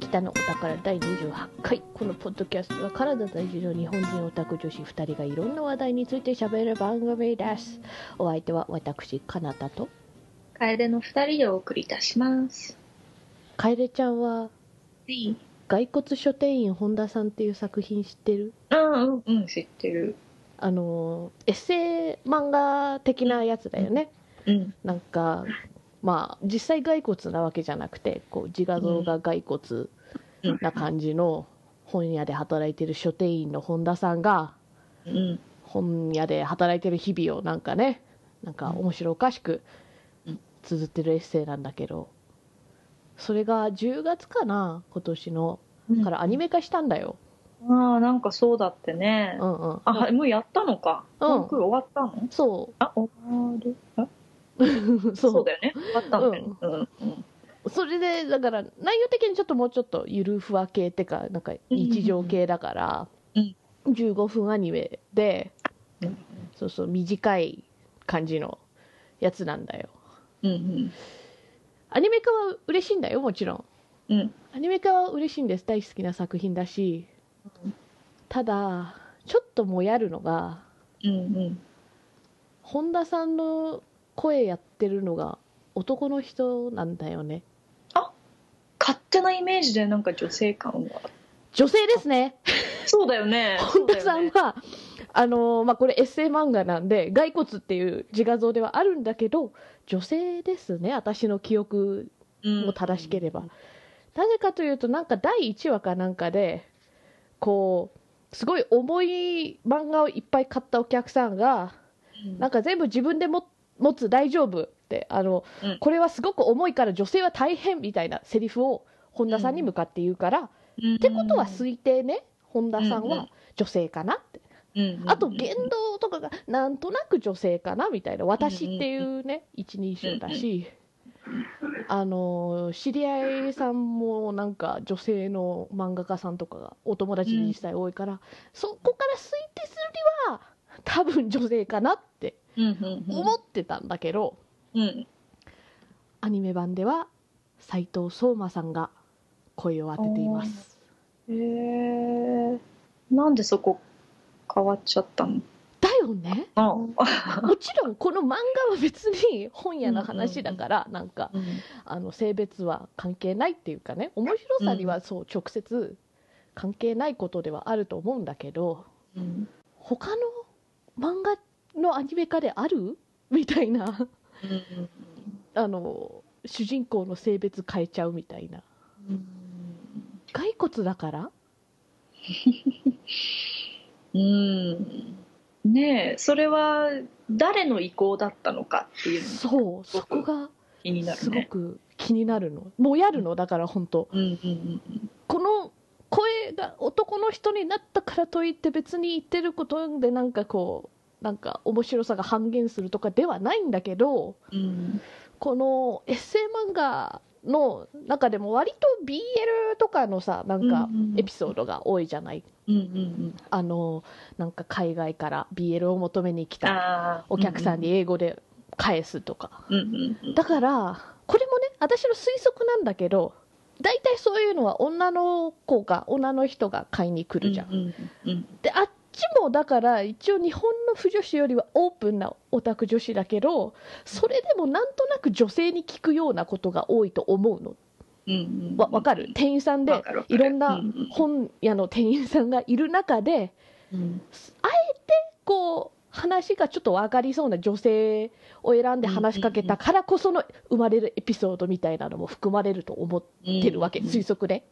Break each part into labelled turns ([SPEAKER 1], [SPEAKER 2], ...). [SPEAKER 1] 北のお宝第28回。このポッドキャストはカナダ在住の日本人オタク女子2人がいろんな話題について喋る番組です。お相手は私、カナダと、
[SPEAKER 2] 楓の二人でお送りいたします。
[SPEAKER 1] 楓ちゃんは、
[SPEAKER 2] はい。
[SPEAKER 1] 骸骨書店員本田さんっていう作品知ってる
[SPEAKER 2] ああ、うん、うん、知ってる。
[SPEAKER 1] あの、エッセイ漫画的なやつだよね。
[SPEAKER 2] うん。
[SPEAKER 1] なんか、まあ、実際骸骨なわけじゃなくて、こう、自画像が骸骨
[SPEAKER 2] うん
[SPEAKER 1] な感じの本屋で働いてる書店員の本田さんが、
[SPEAKER 2] うん。
[SPEAKER 1] 本屋で働いてる日々をなんかねなんか面白おかしく
[SPEAKER 2] うん
[SPEAKER 1] 綴ってるエッセイなんだけどそれが10月かな今年の
[SPEAKER 2] うん
[SPEAKER 1] からアニメ化したんだよ、
[SPEAKER 2] ああ、なんかそうだってね
[SPEAKER 1] う。んうん、
[SPEAKER 2] あ、はいもうやったのか。
[SPEAKER 1] うん
[SPEAKER 2] コンクール終わったの
[SPEAKER 1] そ
[SPEAKER 2] あ、終わる。あ
[SPEAKER 1] う
[SPEAKER 2] そう
[SPEAKER 1] そう
[SPEAKER 2] だよね。終わったんだよね。うん。うん
[SPEAKER 1] それでだから内容的にちょっともうちょっとゆるふわ系ってかなんか日常系だから、
[SPEAKER 2] うん
[SPEAKER 1] 15分アニメで
[SPEAKER 2] うん
[SPEAKER 1] そうそう短い感じのやつなんだよ
[SPEAKER 2] うん。
[SPEAKER 1] アニメ化は嬉しいんだよもちろん
[SPEAKER 2] うん。
[SPEAKER 1] アニメ化は嬉しいんです大好きな作品だし
[SPEAKER 2] うん
[SPEAKER 1] ただちょっともやるのが
[SPEAKER 2] うん。うん。
[SPEAKER 1] 本田さんの声やってるのが男の人なんだよね
[SPEAKER 2] 勝手なイメージでなんか女性感が。
[SPEAKER 1] 女性ですね
[SPEAKER 2] そうだよね。
[SPEAKER 1] 本田さんは、あのーまあ、これエッセイ漫画なんで骸骨っていう自画像ではあるんだけど女性ですね私の記憶も正しければ、なぜかというとなんか第1話かなんかでこうすごい重い漫画をいっぱい買ったお客さんがなん
[SPEAKER 2] か、
[SPEAKER 1] か全部自分でも持つ大丈夫ってあの、
[SPEAKER 2] うん
[SPEAKER 1] これはすごく重いから女性は大変みたいなセリフを本田さんに向かって言うから、っ
[SPEAKER 2] って
[SPEAKER 1] ことは推定ね本田さん
[SPEAKER 2] うんう
[SPEAKER 1] は
[SPEAKER 2] ん
[SPEAKER 1] 女性かなって、
[SPEAKER 2] うん
[SPEAKER 1] あと言動とかがなんとなく女性かなみたいな私っていうね一人称だし。あの知り合いさんもなんか女性の漫画家さんとかがお友達に実際多いから、そこから推定するには多分女性かなって
[SPEAKER 2] うんうんうん
[SPEAKER 1] 思ってたんだけど、
[SPEAKER 2] うん
[SPEAKER 1] アニメ版では斉藤聡馬さんが声を当てています
[SPEAKER 2] へえなんでそこ変わっちゃったの
[SPEAKER 1] だよね
[SPEAKER 2] あ
[SPEAKER 1] もちろんこの漫画は別に本屋の話だからなんかあの性別は関係ないっていうかね面白さにはそう直接関係ないことではあると思うんだけど
[SPEAKER 2] うん
[SPEAKER 1] 他の漫画のアニメ化であるみたいな あの主人公の性別変えちゃうみたいな骸骨だから
[SPEAKER 2] うんねえそれは誰の意向だったのかっていうのが
[SPEAKER 1] そうそこが
[SPEAKER 2] 気にな
[SPEAKER 1] す
[SPEAKER 2] る
[SPEAKER 1] ご
[SPEAKER 2] ね
[SPEAKER 1] く気になるのもうやるのだから本当
[SPEAKER 2] うんうんうん
[SPEAKER 1] この声が男の人になったからといって別に言ってることでなんかこうなんか面白さが半減するとかではないんだけど
[SPEAKER 2] うん
[SPEAKER 1] このエッセイ漫画の中でも割と BL とかのさなんか
[SPEAKER 2] うんうん
[SPEAKER 1] エピソードが多いじゃない、
[SPEAKER 2] うんうん
[SPEAKER 1] あのなんか海外から BL を求めに来
[SPEAKER 2] うん
[SPEAKER 1] た
[SPEAKER 2] あー
[SPEAKER 1] お客さんに英語で返すとか
[SPEAKER 2] うんうんうん
[SPEAKER 1] だからこれもね私の推測なんだけど大体そういうのは女の子が女の人が買いに来るじゃん、
[SPEAKER 2] うんうん
[SPEAKER 1] であっちもだから一応日本の腐女子よりはオープンなオタク女子だけどそれでもなんとなく女性に聞くようなことが多いと思うの
[SPEAKER 2] うんうん
[SPEAKER 1] わ分かる店員さん
[SPEAKER 2] わ
[SPEAKER 1] で
[SPEAKER 2] かるわかる
[SPEAKER 1] いろんな
[SPEAKER 2] うんうん
[SPEAKER 1] 本屋の店員さんがいる中で
[SPEAKER 2] うん
[SPEAKER 1] こう話がちょっと分かりそうな女性を選んで話しかけたからこその生まれるエピソードみたいなのも含まれると思ってってるわけ、
[SPEAKER 2] うん
[SPEAKER 1] 推測で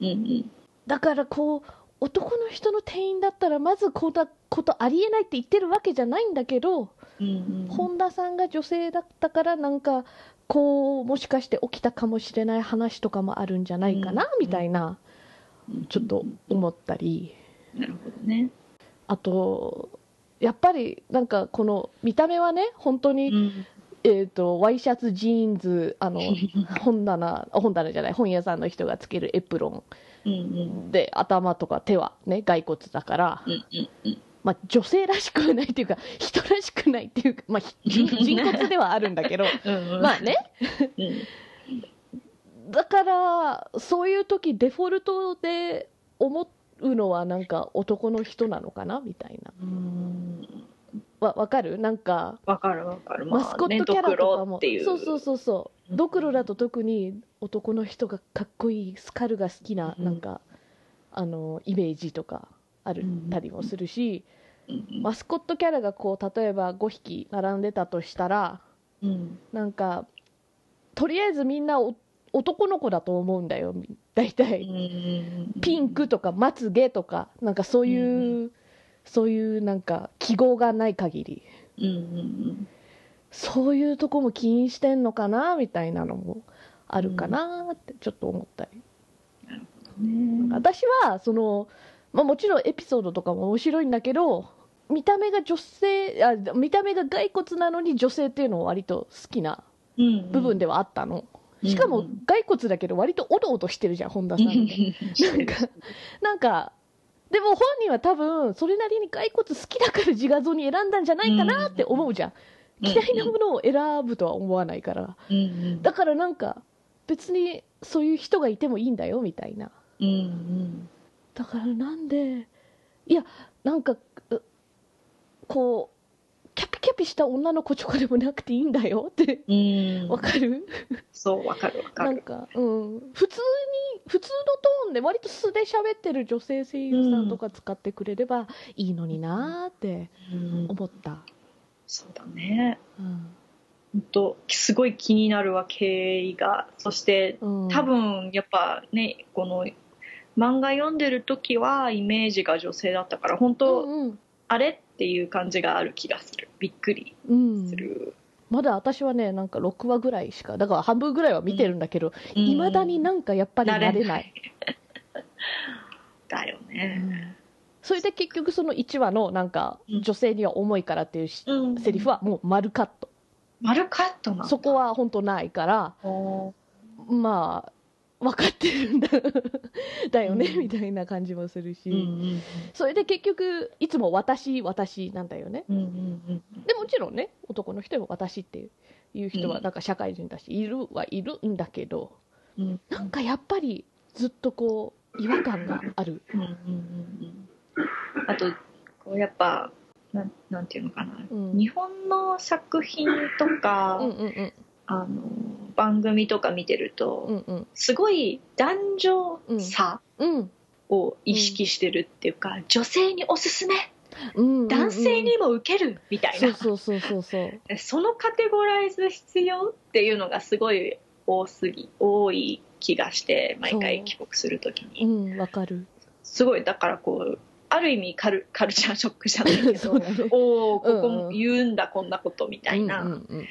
[SPEAKER 2] うんうん
[SPEAKER 1] だからこう男の人の店員だったらまずこんなことありえないって言ってるわけじゃないんだけど、
[SPEAKER 2] うんうん
[SPEAKER 1] 本田さんが女性だったからなんかこうもしかして起きたかもしれない話とかもあるんじゃないかな、
[SPEAKER 2] うん
[SPEAKER 1] みたいなちょっと思ったり
[SPEAKER 2] なるほどね
[SPEAKER 1] あとやっぱりなんかこの見た目はね本当に、
[SPEAKER 2] うん
[SPEAKER 1] えー、とワイシャツジーンズあの本棚本棚じゃない本屋さんの人がつけるエプロン
[SPEAKER 2] うんうん
[SPEAKER 1] で頭とか手はね骸骨だから、
[SPEAKER 2] うんうんうん
[SPEAKER 1] まあ、女性らしくはないっていうか人らしくないっていうか、 まあ、ひ人人骨ではあるんだけど
[SPEAKER 2] うんうん
[SPEAKER 1] まあね
[SPEAKER 2] うん
[SPEAKER 1] だからそういう時デフォルトで思うのはなんか男の人なのかなみたいな
[SPEAKER 2] うん
[SPEAKER 1] わわかるなんか
[SPEAKER 2] わかるわかる、まあ
[SPEAKER 1] マスコットキャラとか
[SPEAKER 2] ねドクロ
[SPEAKER 1] も、
[SPEAKER 2] っていう
[SPEAKER 1] そうそうそうそう
[SPEAKER 2] うん
[SPEAKER 1] ドクロだと特に男の人がかっこいいスカルが好きな
[SPEAKER 2] うん
[SPEAKER 1] なんか、あのイメージとかある
[SPEAKER 2] うん
[SPEAKER 1] たりもするし、
[SPEAKER 2] うん
[SPEAKER 1] マスコットキャラがこう例えば5匹並んでたとしたら
[SPEAKER 2] うん
[SPEAKER 1] なんかとりあえずみんなお男の子だと思うんだよみ大体、ピンクとかまつげとかなんかそういう、
[SPEAKER 2] う
[SPEAKER 1] そういうなんか記号がない限り
[SPEAKER 2] うんうん
[SPEAKER 1] そういうとこも起因してんのかなみたいなのもあるかなってちょっと思ったり、
[SPEAKER 2] うんね
[SPEAKER 1] 私はその、まあ、もちろんエピソードとかも面白いんだけど見た目が女性あ見た目が骸骨なのに女性っていうのは割と好きな
[SPEAKER 2] うん
[SPEAKER 1] 部分ではあったの、しかも骸骨だけど割とおどおどしてるじゃん本田
[SPEAKER 2] う
[SPEAKER 1] さ
[SPEAKER 2] ん
[SPEAKER 1] んってなんかなんかでも本人は多分それなりに骸骨好きだから自画像に選んだんじゃないかなって思うじゃん嫌いなものを選ぶとは思わないから
[SPEAKER 2] うん
[SPEAKER 1] だからなんか別にそういう人がいてもいいんだよみたいな
[SPEAKER 2] うんうん
[SPEAKER 1] だからなんでいやなんかうこうキャピキャピした女の子とかでもなくていいんだよって
[SPEAKER 2] うん
[SPEAKER 1] わかる
[SPEAKER 2] そうわかるわか
[SPEAKER 1] なん
[SPEAKER 2] る
[SPEAKER 1] か、うん、普通に普通のトーンで割と素で喋ってる女性声優さんとか使ってくれればいいのになーって
[SPEAKER 2] うん
[SPEAKER 1] 思った、
[SPEAKER 2] そうだね
[SPEAKER 1] うん
[SPEAKER 2] 本当すごい気になるわ経緯がそして
[SPEAKER 1] うん、
[SPEAKER 2] 多分やっぱねこの漫画読んでる時はイメージが女性だったから本当、
[SPEAKER 1] うん
[SPEAKER 2] あれっていう感じがある気がするびっくり
[SPEAKER 1] うん、
[SPEAKER 2] する
[SPEAKER 1] まだ私はねなんか6話ぐらいしかだから半分ぐらいは見てるんだけどいま、未だに
[SPEAKER 2] な
[SPEAKER 1] なんかやっぱり慣れない、
[SPEAKER 2] 慣れないだよね、
[SPEAKER 1] うんそれで結局その1話のなんか
[SPEAKER 2] うん
[SPEAKER 1] 女性には重いからっていうし、
[SPEAKER 2] うん
[SPEAKER 1] セリフはもう丸カット、
[SPEAKER 2] 丸カットなの
[SPEAKER 1] そこは本当ないから
[SPEAKER 2] お
[SPEAKER 1] まあ分かってるんだ だよね、
[SPEAKER 2] うん
[SPEAKER 1] みたいな感じもするし、
[SPEAKER 2] ーうん
[SPEAKER 1] それで結局いつも私私なんだよね
[SPEAKER 2] うんうんうん
[SPEAKER 1] でもちろんね男の人も私っていういう人は
[SPEAKER 2] うん
[SPEAKER 1] なんか社会人だし、いるはいるんだけど
[SPEAKER 2] うんうん
[SPEAKER 1] なんかやっぱりずっとこう違和感がある、
[SPEAKER 2] うんうんうんうんあとこうやっぱなんなんていうのかな
[SPEAKER 1] うん、
[SPEAKER 2] 日本の作品とか、
[SPEAKER 1] うんうんうん
[SPEAKER 2] あの番組とか見てると、
[SPEAKER 1] うんうん
[SPEAKER 2] すごい男女差
[SPEAKER 1] うん
[SPEAKER 2] を意識してるっていうか、女性におすすめ
[SPEAKER 1] うん
[SPEAKER 2] 男性にも受けるみたいな、
[SPEAKER 1] そうそうそうそうそう
[SPEAKER 2] そのカテゴライズ必要っていうのがすごい多すぎ多い気がして毎
[SPEAKER 1] そ
[SPEAKER 2] 回
[SPEAKER 1] う
[SPEAKER 2] 帰国するとき
[SPEAKER 1] う
[SPEAKER 2] に
[SPEAKER 1] んわかる
[SPEAKER 2] すごいだからこうある意味カルカルチャーショックじゃないけ
[SPEAKER 1] そう
[SPEAKER 2] ど。
[SPEAKER 1] だね
[SPEAKER 2] おおここ
[SPEAKER 1] うんう
[SPEAKER 2] も
[SPEAKER 1] ん
[SPEAKER 2] 言うんだこんなことみたいな、
[SPEAKER 1] うんうんうん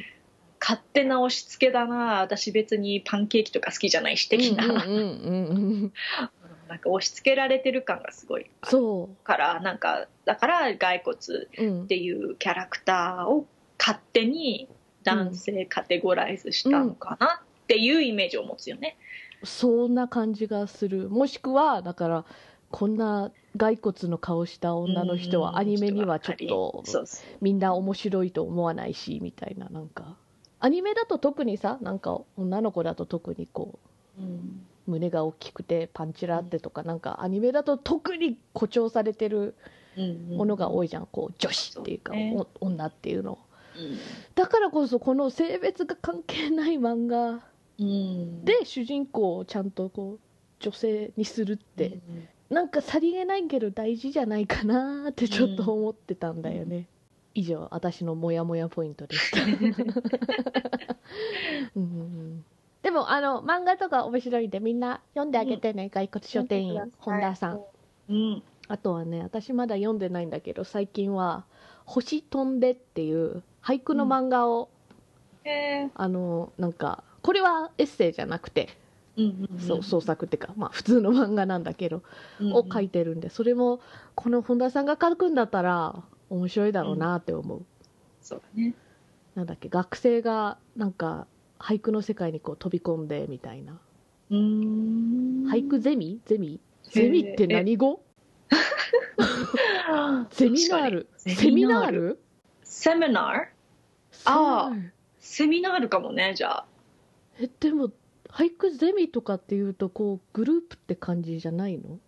[SPEAKER 2] 勝手な押し付けだな私別にパンケーキとか好きじゃないし的な、
[SPEAKER 1] うんうんうんうん
[SPEAKER 2] なんか押し付けられてる感がすごいある
[SPEAKER 1] そ
[SPEAKER 2] からなんかだから骸骨っ
[SPEAKER 1] う、うん、
[SPEAKER 2] ていうキャラクターを勝手に男性カテゴライズしたのかなっていうイメージを持つよね。
[SPEAKER 1] そんな感じがするもしくはだからこんな骸骨の顔した女の人
[SPEAKER 2] うん
[SPEAKER 1] はアニメにはちょっ
[SPEAKER 2] 人はありそ
[SPEAKER 1] と
[SPEAKER 2] うそう
[SPEAKER 1] みんな面白いと思わないしみたいななんかアニメだと特にさなんか女の子だと特にこ
[SPEAKER 2] うん
[SPEAKER 1] う胸が大きくてパンチラあってとかなんかアニメだと特に誇張されてる
[SPEAKER 2] うんうん
[SPEAKER 1] ものが多いじゃんこう女子っていうか
[SPEAKER 2] そうね
[SPEAKER 1] お女っていうの
[SPEAKER 2] う
[SPEAKER 1] だからこそこの性別が関係ない漫画
[SPEAKER 2] んうん
[SPEAKER 1] で主人公をちゃんとこう女性にするって、
[SPEAKER 2] うん
[SPEAKER 1] なんかさりげないけど大事じゃないかなーってちょっと思ってたんだよね、以上私のモヤモヤポイントで したうんうんうんでもあの漫画とか面白いんでみんな読んであげてね、骸骨書店員
[SPEAKER 2] 読んでくださ
[SPEAKER 1] 本
[SPEAKER 2] い
[SPEAKER 1] 田さん
[SPEAKER 2] うん
[SPEAKER 1] あとはね私まだ読んでないんだけど最近は「星飛んで」っていう俳句の漫画を、
[SPEAKER 2] へ
[SPEAKER 1] あのなんかこれはエッセイじゃなくて、
[SPEAKER 2] ーうんうん
[SPEAKER 1] そう創作っていうか、まあ、普通の漫画なんだけど
[SPEAKER 2] うん
[SPEAKER 1] を書いてるんで、それもこの本田さんが書くんだったら面白いだろうなって思う、
[SPEAKER 2] そうだね
[SPEAKER 1] なんだっけ学生がなんか俳句の世界にこう飛び込んでみたいな
[SPEAKER 2] うーん
[SPEAKER 1] 俳句ゼミゼミ
[SPEAKER 2] へー
[SPEAKER 1] ゼミって何語ゼミナール
[SPEAKER 2] 確かに
[SPEAKER 1] セミナール
[SPEAKER 2] セミ
[SPEAKER 1] セ
[SPEAKER 2] ナー
[SPEAKER 1] ミナ
[SPEAKER 2] あー
[SPEAKER 1] ール
[SPEAKER 2] セミナールかもねじゃあ
[SPEAKER 1] えでも俳句ゼミとかっていうとこうグループって感じじゃないの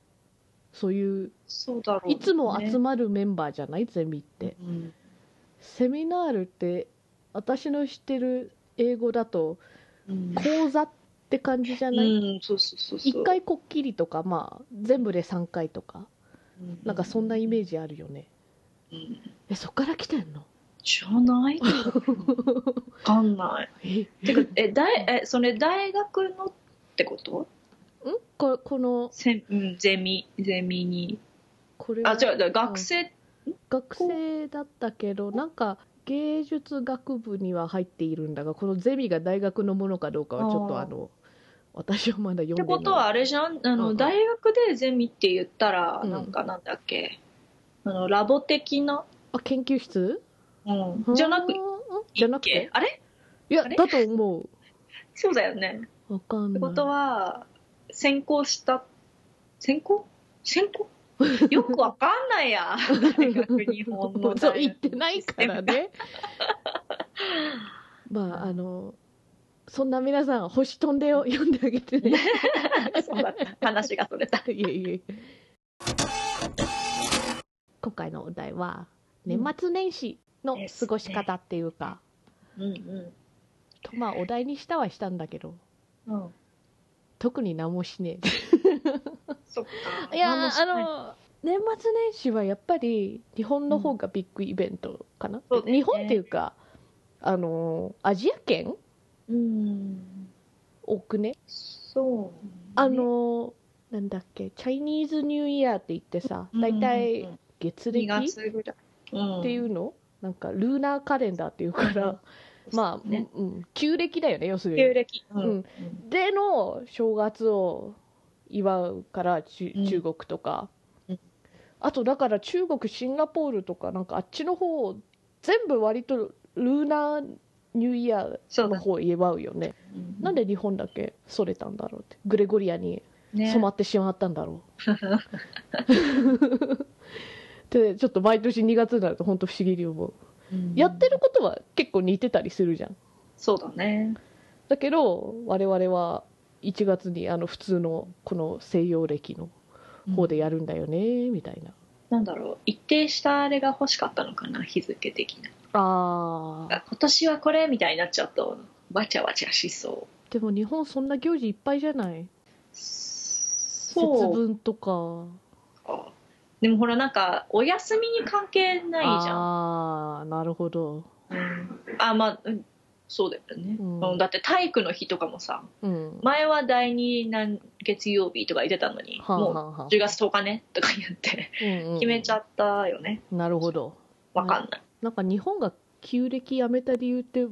[SPEAKER 1] そういう
[SPEAKER 2] そうだろう、
[SPEAKER 1] いつも集まるメンバーじゃないゼミって
[SPEAKER 2] うん
[SPEAKER 1] セミナールって私の知ってる英語だと
[SPEAKER 2] うん
[SPEAKER 1] 講座って感じじゃ
[SPEAKER 2] う
[SPEAKER 1] ない、
[SPEAKER 2] ん、そうそうそうそう
[SPEAKER 1] 一1回こっきりとかまあ全部で3回とかなんかそんなイメー
[SPEAKER 2] ジ、
[SPEAKER 1] ジあるよね
[SPEAKER 2] うん
[SPEAKER 1] えそっから来てんの
[SPEAKER 2] じゃないわかんない
[SPEAKER 1] え
[SPEAKER 2] てかえ大えそれ大学のってこと
[SPEAKER 1] んここの
[SPEAKER 2] せうん、ゼミゼミに
[SPEAKER 1] これ
[SPEAKER 2] あ
[SPEAKER 1] は
[SPEAKER 2] 違う違う学生、
[SPEAKER 1] 学生だったけどなんか芸術学部には入っているんだがこのゼミが大学のものかどうかはちょっと
[SPEAKER 2] あー
[SPEAKER 1] あの私はまだ読ん
[SPEAKER 2] っ
[SPEAKER 1] で
[SPEAKER 2] て
[SPEAKER 1] ない
[SPEAKER 2] ことはあれじゃんあの、
[SPEAKER 1] うんうん
[SPEAKER 2] 大学でゼミって言ったら、
[SPEAKER 1] うん
[SPEAKER 2] なんかなんだっけあのラボ的な、
[SPEAKER 1] あ研究室
[SPEAKER 2] うん、じゃなく
[SPEAKER 1] うーん
[SPEAKER 2] じ
[SPEAKER 1] じ
[SPEAKER 2] ゃ
[SPEAKER 1] ゃ
[SPEAKER 2] な
[SPEAKER 1] な
[SPEAKER 2] く
[SPEAKER 1] くて
[SPEAKER 2] あれ
[SPEAKER 1] いや
[SPEAKER 2] あれ
[SPEAKER 1] だと思
[SPEAKER 2] そうだよね。
[SPEAKER 1] うわかん
[SPEAKER 2] って
[SPEAKER 1] ない
[SPEAKER 2] ことは先行した先行先行 よくわかんな いや大学日本の大学
[SPEAKER 1] そう言ってないからねまああのそんな皆さん「星飛んで」を読んであげてね
[SPEAKER 2] そうだった話がそれた
[SPEAKER 1] いえいえ今回のお題は
[SPEAKER 2] うん
[SPEAKER 1] 年末年始の過ごし方っていうか、
[SPEAKER 2] うんう
[SPEAKER 1] とまあお題にしたはしたんだけど
[SPEAKER 2] んうん
[SPEAKER 1] 特に何もしね
[SPEAKER 2] そっか
[SPEAKER 1] えいや
[SPEAKER 2] 何も
[SPEAKER 1] ー
[SPEAKER 2] しな
[SPEAKER 1] あの年末年始はやっぱり日本の方がビッグイベントかな、
[SPEAKER 2] そうだよね
[SPEAKER 1] 日本っていうかあのーアジア圏
[SPEAKER 2] うん
[SPEAKER 1] 多くね
[SPEAKER 2] そうね
[SPEAKER 1] あのーなんだっけチャイニーズニューイヤーって言ってさ
[SPEAKER 2] うん
[SPEAKER 1] 大体
[SPEAKER 2] うん
[SPEAKER 1] 月
[SPEAKER 2] 2
[SPEAKER 1] 暦っ
[SPEAKER 2] 月ぐらい、うん
[SPEAKER 1] ていうの、なんかルーナーカレンダーっていうから、まあ、
[SPEAKER 2] ね
[SPEAKER 1] うん、旧暦だよね要する
[SPEAKER 2] 旧
[SPEAKER 1] に
[SPEAKER 2] 暦、うん
[SPEAKER 1] うんでの正月を祝うからち
[SPEAKER 2] うん
[SPEAKER 1] 中国とか、
[SPEAKER 2] うん
[SPEAKER 1] あとだから中国シンガポールとかなんかあっちの方全部割とルーナーニューイヤー
[SPEAKER 2] そう
[SPEAKER 1] の
[SPEAKER 2] だ、
[SPEAKER 1] 方祝うよねなんで日本だけそれたんだろうってグレゴリアに
[SPEAKER 2] ね
[SPEAKER 1] 染まってしまったんだろ う、 でちょっと毎年2月になると本当不思議に思う、
[SPEAKER 2] うん
[SPEAKER 1] やってることは結構似てたりするじゃん
[SPEAKER 2] そうだね
[SPEAKER 1] だけど我々は1月にあの普通のこの西洋暦の方でやるんだよねみたいな
[SPEAKER 2] なんだろう一定したあれが欲しかったのかな日付的な
[SPEAKER 1] あー
[SPEAKER 2] あ今年はこれみたいになっちゃうとわちゃわちゃしそう
[SPEAKER 1] でも日本そんな行事いっぱいじゃない節
[SPEAKER 2] そう
[SPEAKER 1] 分とか
[SPEAKER 2] かでもほらなんかお休みに関係ないじゃん
[SPEAKER 1] ああなるほど
[SPEAKER 2] うんあまあ、うん、そうだよね、
[SPEAKER 1] うん
[SPEAKER 2] うんだって体育の日とかもさ
[SPEAKER 1] うん
[SPEAKER 2] 前は第2何月曜日とか言ってたのに、
[SPEAKER 1] はあは
[SPEAKER 2] も
[SPEAKER 1] あはあ
[SPEAKER 2] う10月10日ねとか言って
[SPEAKER 1] うんうん
[SPEAKER 2] 決めちゃったよね
[SPEAKER 1] なるほど
[SPEAKER 2] わかんない、
[SPEAKER 1] なんか日本が旧暦やめた理由って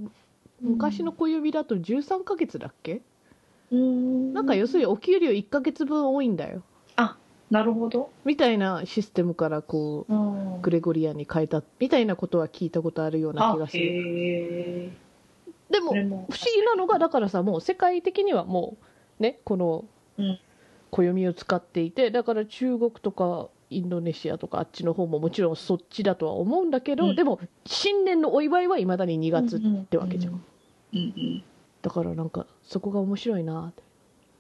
[SPEAKER 1] 昔の小指だと13ヶ月だっけ、
[SPEAKER 2] うん
[SPEAKER 1] なんか要するにお給料1ヶ月分多いんだよ
[SPEAKER 2] なるほど、
[SPEAKER 1] みたいなシステムからこう
[SPEAKER 2] うん
[SPEAKER 1] グレゴリアンに変えたみたいなことは聞いたことあるような
[SPEAKER 2] あ
[SPEAKER 1] 気がす
[SPEAKER 2] へ
[SPEAKER 1] る
[SPEAKER 2] え
[SPEAKER 1] でも
[SPEAKER 2] こ
[SPEAKER 1] 不
[SPEAKER 2] れ
[SPEAKER 1] 思
[SPEAKER 2] も
[SPEAKER 1] 議なのがだからさもう世界的にはもうねこの
[SPEAKER 2] うん
[SPEAKER 1] 暦を使っていてだから中国とかインドネシアとかあっちの方ももちろんそっちだとは思うんだけど、
[SPEAKER 2] うん
[SPEAKER 1] でも新年のお祝いはいまだに2月、
[SPEAKER 2] って
[SPEAKER 1] わけじゃん
[SPEAKER 2] うんうん、うん
[SPEAKER 1] だからなんかそこが面白いなって、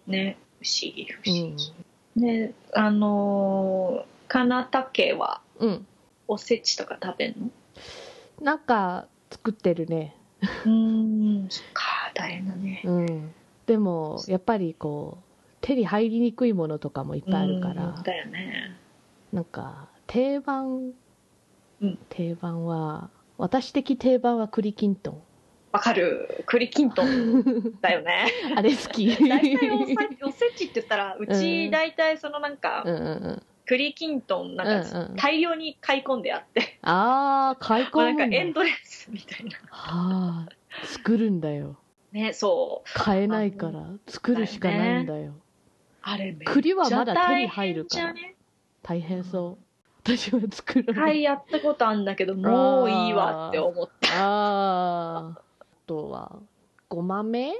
[SPEAKER 2] うんね不思議不
[SPEAKER 1] う
[SPEAKER 2] 思議、
[SPEAKER 1] ん
[SPEAKER 2] ねあのー、かなた家は
[SPEAKER 1] うん、
[SPEAKER 2] おせちとか食べんの
[SPEAKER 1] なんか作ってるね
[SPEAKER 2] うんそっか大変だね
[SPEAKER 1] うんでもやっぱりこう手に入りにくいものとかもいっぱいあるから、
[SPEAKER 2] うんだよね
[SPEAKER 1] なんか定番、
[SPEAKER 2] うん
[SPEAKER 1] 定番は私的定番は栗きんと ん
[SPEAKER 2] わかる栗きん とんだよね
[SPEAKER 1] あれ好き
[SPEAKER 2] 大体おさおせちって言ったらう
[SPEAKER 1] う
[SPEAKER 2] ち
[SPEAKER 1] ん
[SPEAKER 2] 大体そのなんか、
[SPEAKER 1] うんうんうん
[SPEAKER 2] 栗きんとんなんか、
[SPEAKER 1] うんうん
[SPEAKER 2] 大量に買い込んであって
[SPEAKER 1] ああ買い
[SPEAKER 2] まあ
[SPEAKER 1] 込
[SPEAKER 2] なん
[SPEAKER 1] む
[SPEAKER 2] か
[SPEAKER 1] んだ
[SPEAKER 2] エンドレスみたいな
[SPEAKER 1] はあ作るんだよ
[SPEAKER 2] ねそう
[SPEAKER 1] 買えないから作るしかないんだよ
[SPEAKER 2] あれめっ
[SPEAKER 1] 栗は
[SPEAKER 2] ちゃ
[SPEAKER 1] まだ手に
[SPEAKER 2] 大
[SPEAKER 1] 入る
[SPEAKER 2] 変
[SPEAKER 1] か
[SPEAKER 2] じゃ
[SPEAKER 1] ら
[SPEAKER 2] ね
[SPEAKER 1] 大変そう私は作ら
[SPEAKER 2] 一
[SPEAKER 1] ない、
[SPEAKER 2] 回やったことあるんだ けどもういいわって思った
[SPEAKER 1] あーあとはごまめ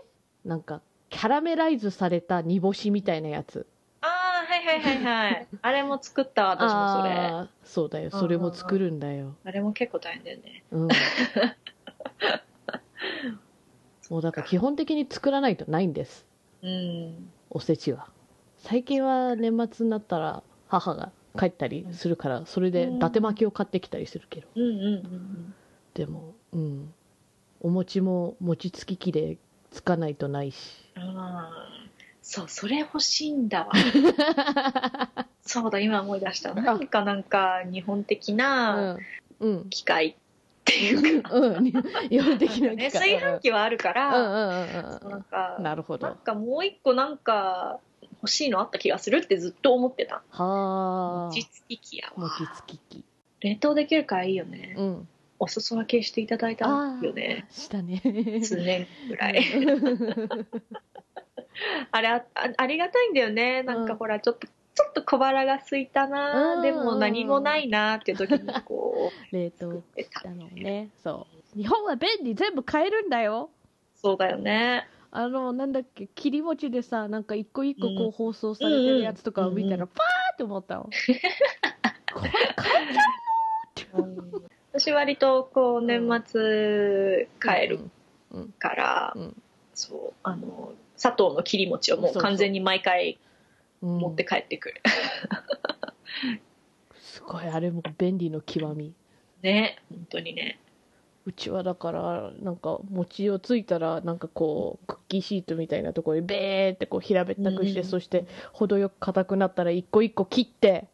[SPEAKER 1] なんかキャラメライズされた煮干しみたいなやつ
[SPEAKER 2] ああはいはいは いはいあれも作った私もそれあ
[SPEAKER 1] あーそうだよそれも作るんだよ、
[SPEAKER 2] れも結構大変だよね
[SPEAKER 1] うん、もうだから基本的に作らないとないんです
[SPEAKER 2] うん
[SPEAKER 1] おせちは最近は年末になったら母が帰ったりするからそれで伊達巻きを買ってきたりするけど
[SPEAKER 2] うんうんうん
[SPEAKER 1] でもうんお餅も餅つき機でつかないとないし
[SPEAKER 2] うんあーそうそれ欲しいん だわそうだ今思い出した何かなんか日本的
[SPEAKER 1] う
[SPEAKER 2] なん
[SPEAKER 1] うん
[SPEAKER 2] 機械っていうか
[SPEAKER 1] うん日本的
[SPEAKER 2] な
[SPEAKER 1] なん
[SPEAKER 2] かね
[SPEAKER 1] 機
[SPEAKER 2] 炊
[SPEAKER 1] 械
[SPEAKER 2] 飯器はあるか
[SPEAKER 1] うんうん
[SPEAKER 2] ら
[SPEAKER 1] うん
[SPEAKER 2] な
[SPEAKER 1] う
[SPEAKER 2] ん
[SPEAKER 1] ん
[SPEAKER 2] か
[SPEAKER 1] なるほど
[SPEAKER 2] なん
[SPEAKER 1] は
[SPEAKER 2] かもう一個なんか欲しいのあった気がするってずっと思ってた
[SPEAKER 1] あ
[SPEAKER 2] 餅つき器やわ
[SPEAKER 1] 餅つき機
[SPEAKER 2] 冷凍できるからいいよね
[SPEAKER 1] うん
[SPEAKER 2] お裾分けしていただいたよね
[SPEAKER 1] したね
[SPEAKER 2] 数年ぐらいあれああありがたいんだよねなんか
[SPEAKER 1] うん
[SPEAKER 2] ほらちょっとちょっと小腹が空いたな、
[SPEAKER 1] うん
[SPEAKER 2] でも何もないなっていう時に こ う
[SPEAKER 1] 冷
[SPEAKER 2] 作っ
[SPEAKER 1] 凍
[SPEAKER 2] てた
[SPEAKER 1] だのねそう日本は便利全部買えるんだよ
[SPEAKER 2] そうだよね
[SPEAKER 1] あのなんだっけ切り餅でさなんか一個一個こ
[SPEAKER 2] う
[SPEAKER 1] うん放送されてるやつとかを見た
[SPEAKER 2] うんう
[SPEAKER 1] ら
[SPEAKER 2] ん
[SPEAKER 1] パーって思った のこれ
[SPEAKER 2] 私割とこう年末
[SPEAKER 1] 買
[SPEAKER 2] 帰るから、
[SPEAKER 1] うんうん
[SPEAKER 2] そうあの佐藤の切り餅をもう完全に毎回持
[SPEAKER 1] 持
[SPEAKER 2] って帰ってくる、
[SPEAKER 1] すごいあれも便利の極み
[SPEAKER 2] ね本当にね
[SPEAKER 1] うちはだからなんか餅をついたらなんかこうクッキーシートみたいなところにベーってこう平べったくして、
[SPEAKER 2] うん
[SPEAKER 1] そして程よく硬くなったら一個一個切って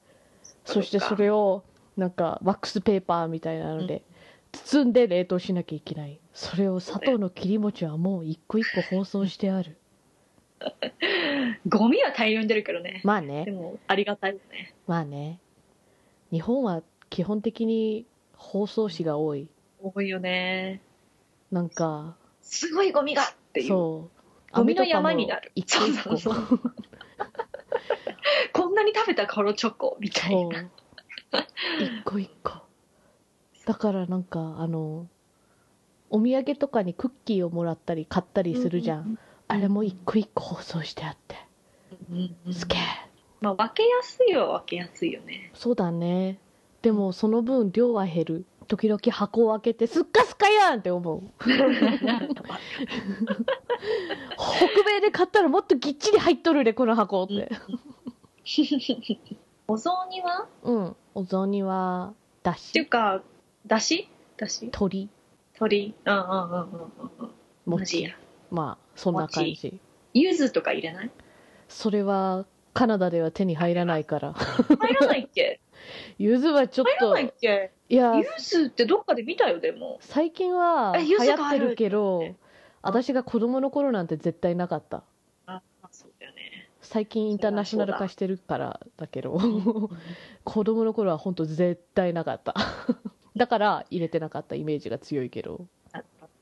[SPEAKER 1] そしてそれをなんかワックスペーパーみたいなので包んで冷凍しなきゃいけないそれを砂糖の切り餅はもう一個一個包装してある
[SPEAKER 2] ゴミは大量に出るけどね
[SPEAKER 1] まあ
[SPEAKER 2] で
[SPEAKER 1] ね
[SPEAKER 2] もありがたいよね
[SPEAKER 1] まあね日本は基本的に包装紙が多い
[SPEAKER 2] 多いよね
[SPEAKER 1] なんか
[SPEAKER 2] すごいゴミがっていう
[SPEAKER 1] そう
[SPEAKER 2] ゴミの山になる
[SPEAKER 1] 網とかも一個一個
[SPEAKER 2] そうそうそうこんなに食べたカロチョコみたい
[SPEAKER 1] そう
[SPEAKER 2] な
[SPEAKER 1] 一個一個だからなんかあのお土産とかにクッキーをもらったり買ったりするじゃん、あれも一個一個包装してあって、
[SPEAKER 2] うんうんうん
[SPEAKER 1] すげえ
[SPEAKER 2] まあ分けやすいは分けやすいよ ね
[SPEAKER 1] そうだねでもその分量は減る時々箱を開けてすっかすかやんって思う北米で買ったらもっとぎっちり入っとるでこの箱って
[SPEAKER 2] お雑煮はっ
[SPEAKER 1] うんお雑煮はだ
[SPEAKER 2] てい
[SPEAKER 1] し
[SPEAKER 2] うかだしだし
[SPEAKER 1] 鶏
[SPEAKER 2] 鶏うんうんうんうんうんうんマジ
[SPEAKER 1] 餅
[SPEAKER 2] や
[SPEAKER 1] まあそんな感じ
[SPEAKER 2] 柚子とか入れない
[SPEAKER 1] それはカナダでは手に入らないから。
[SPEAKER 2] 入らないっけ
[SPEAKER 1] ゆず はちょっ
[SPEAKER 2] 入ら
[SPEAKER 1] と、
[SPEAKER 2] ないっ
[SPEAKER 1] い
[SPEAKER 2] け
[SPEAKER 1] や、
[SPEAKER 2] 柚子ってどっかで見たよでも
[SPEAKER 1] 最近は
[SPEAKER 2] え
[SPEAKER 1] 流
[SPEAKER 2] 柚子
[SPEAKER 1] 行
[SPEAKER 2] が
[SPEAKER 1] っ
[SPEAKER 2] あ
[SPEAKER 1] て
[SPEAKER 2] る
[SPEAKER 1] るけど
[SPEAKER 2] うん、
[SPEAKER 1] 私が子供の頃なんて絶対なかった。
[SPEAKER 2] あそうだよね
[SPEAKER 1] 最近インターナショナル化してるからだけ ど、子供の頃は本当絶対なかった。 だから入れてなかったイメージが強いけど。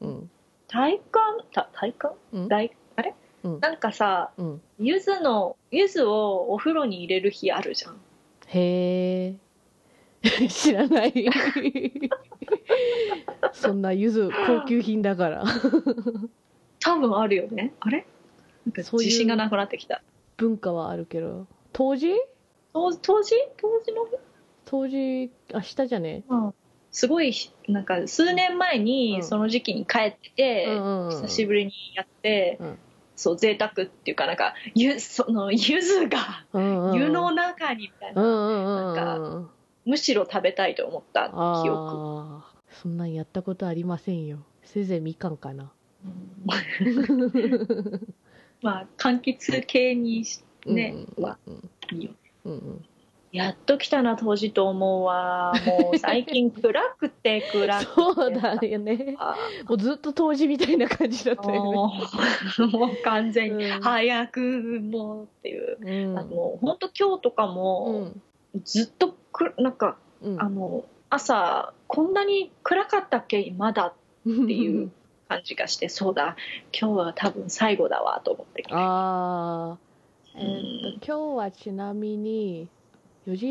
[SPEAKER 1] うん。
[SPEAKER 2] 体感た体感
[SPEAKER 1] うん。
[SPEAKER 2] 大あれ、
[SPEAKER 1] うん
[SPEAKER 2] なんかさ
[SPEAKER 1] うん、
[SPEAKER 2] 柚子の柚子をお風呂に入れる日あるじゃん
[SPEAKER 1] へえ。 知らない。そんなゆず高級品だ から。
[SPEAKER 2] 多分あるよねあれなんか
[SPEAKER 1] そういう
[SPEAKER 2] 自信がなくなってきた
[SPEAKER 1] 文化はあるけど当時
[SPEAKER 2] 当当時当時の日、
[SPEAKER 1] 当時あしたじゃね
[SPEAKER 2] うん、すごいひなんか数年前
[SPEAKER 1] う
[SPEAKER 2] に
[SPEAKER 1] ん
[SPEAKER 2] その時期に帰ってて、
[SPEAKER 1] うんうんうん
[SPEAKER 2] 久しぶりにやって、
[SPEAKER 1] うん
[SPEAKER 2] そう贅沢っていうかなんかゆその柚子が
[SPEAKER 1] うんうん
[SPEAKER 2] 湯の中にみたいな、
[SPEAKER 1] うんうんうん
[SPEAKER 2] な
[SPEAKER 1] うん
[SPEAKER 2] むしろ食べたいと思った 記憶、
[SPEAKER 1] ああそんなんやったことありませんよせいぜいみかんかな
[SPEAKER 2] うんまあ柑橘系にしね、
[SPEAKER 1] うん
[SPEAKER 2] は
[SPEAKER 1] うん
[SPEAKER 2] いいよ
[SPEAKER 1] うんうん
[SPEAKER 2] やっと来たな当時と思うわもう最近暗くて暗くて
[SPEAKER 1] そうだよね
[SPEAKER 2] あ
[SPEAKER 1] もうずっと当時みたいな感じだったよ
[SPEAKER 2] もうもう完全に
[SPEAKER 1] うん
[SPEAKER 2] 早くもうっていう、
[SPEAKER 1] ねうん
[SPEAKER 2] あの本当今日とか
[SPEAKER 1] う
[SPEAKER 2] も
[SPEAKER 1] ん
[SPEAKER 2] ずっとくなんか
[SPEAKER 1] うん
[SPEAKER 2] あの朝こんなに暗かったっけまだっ
[SPEAKER 1] って
[SPEAKER 2] いう感じがしてそうだ今日は多分最後だわと思って
[SPEAKER 1] ああ
[SPEAKER 2] う
[SPEAKER 1] 今
[SPEAKER 2] ん
[SPEAKER 1] 日はちなみに4時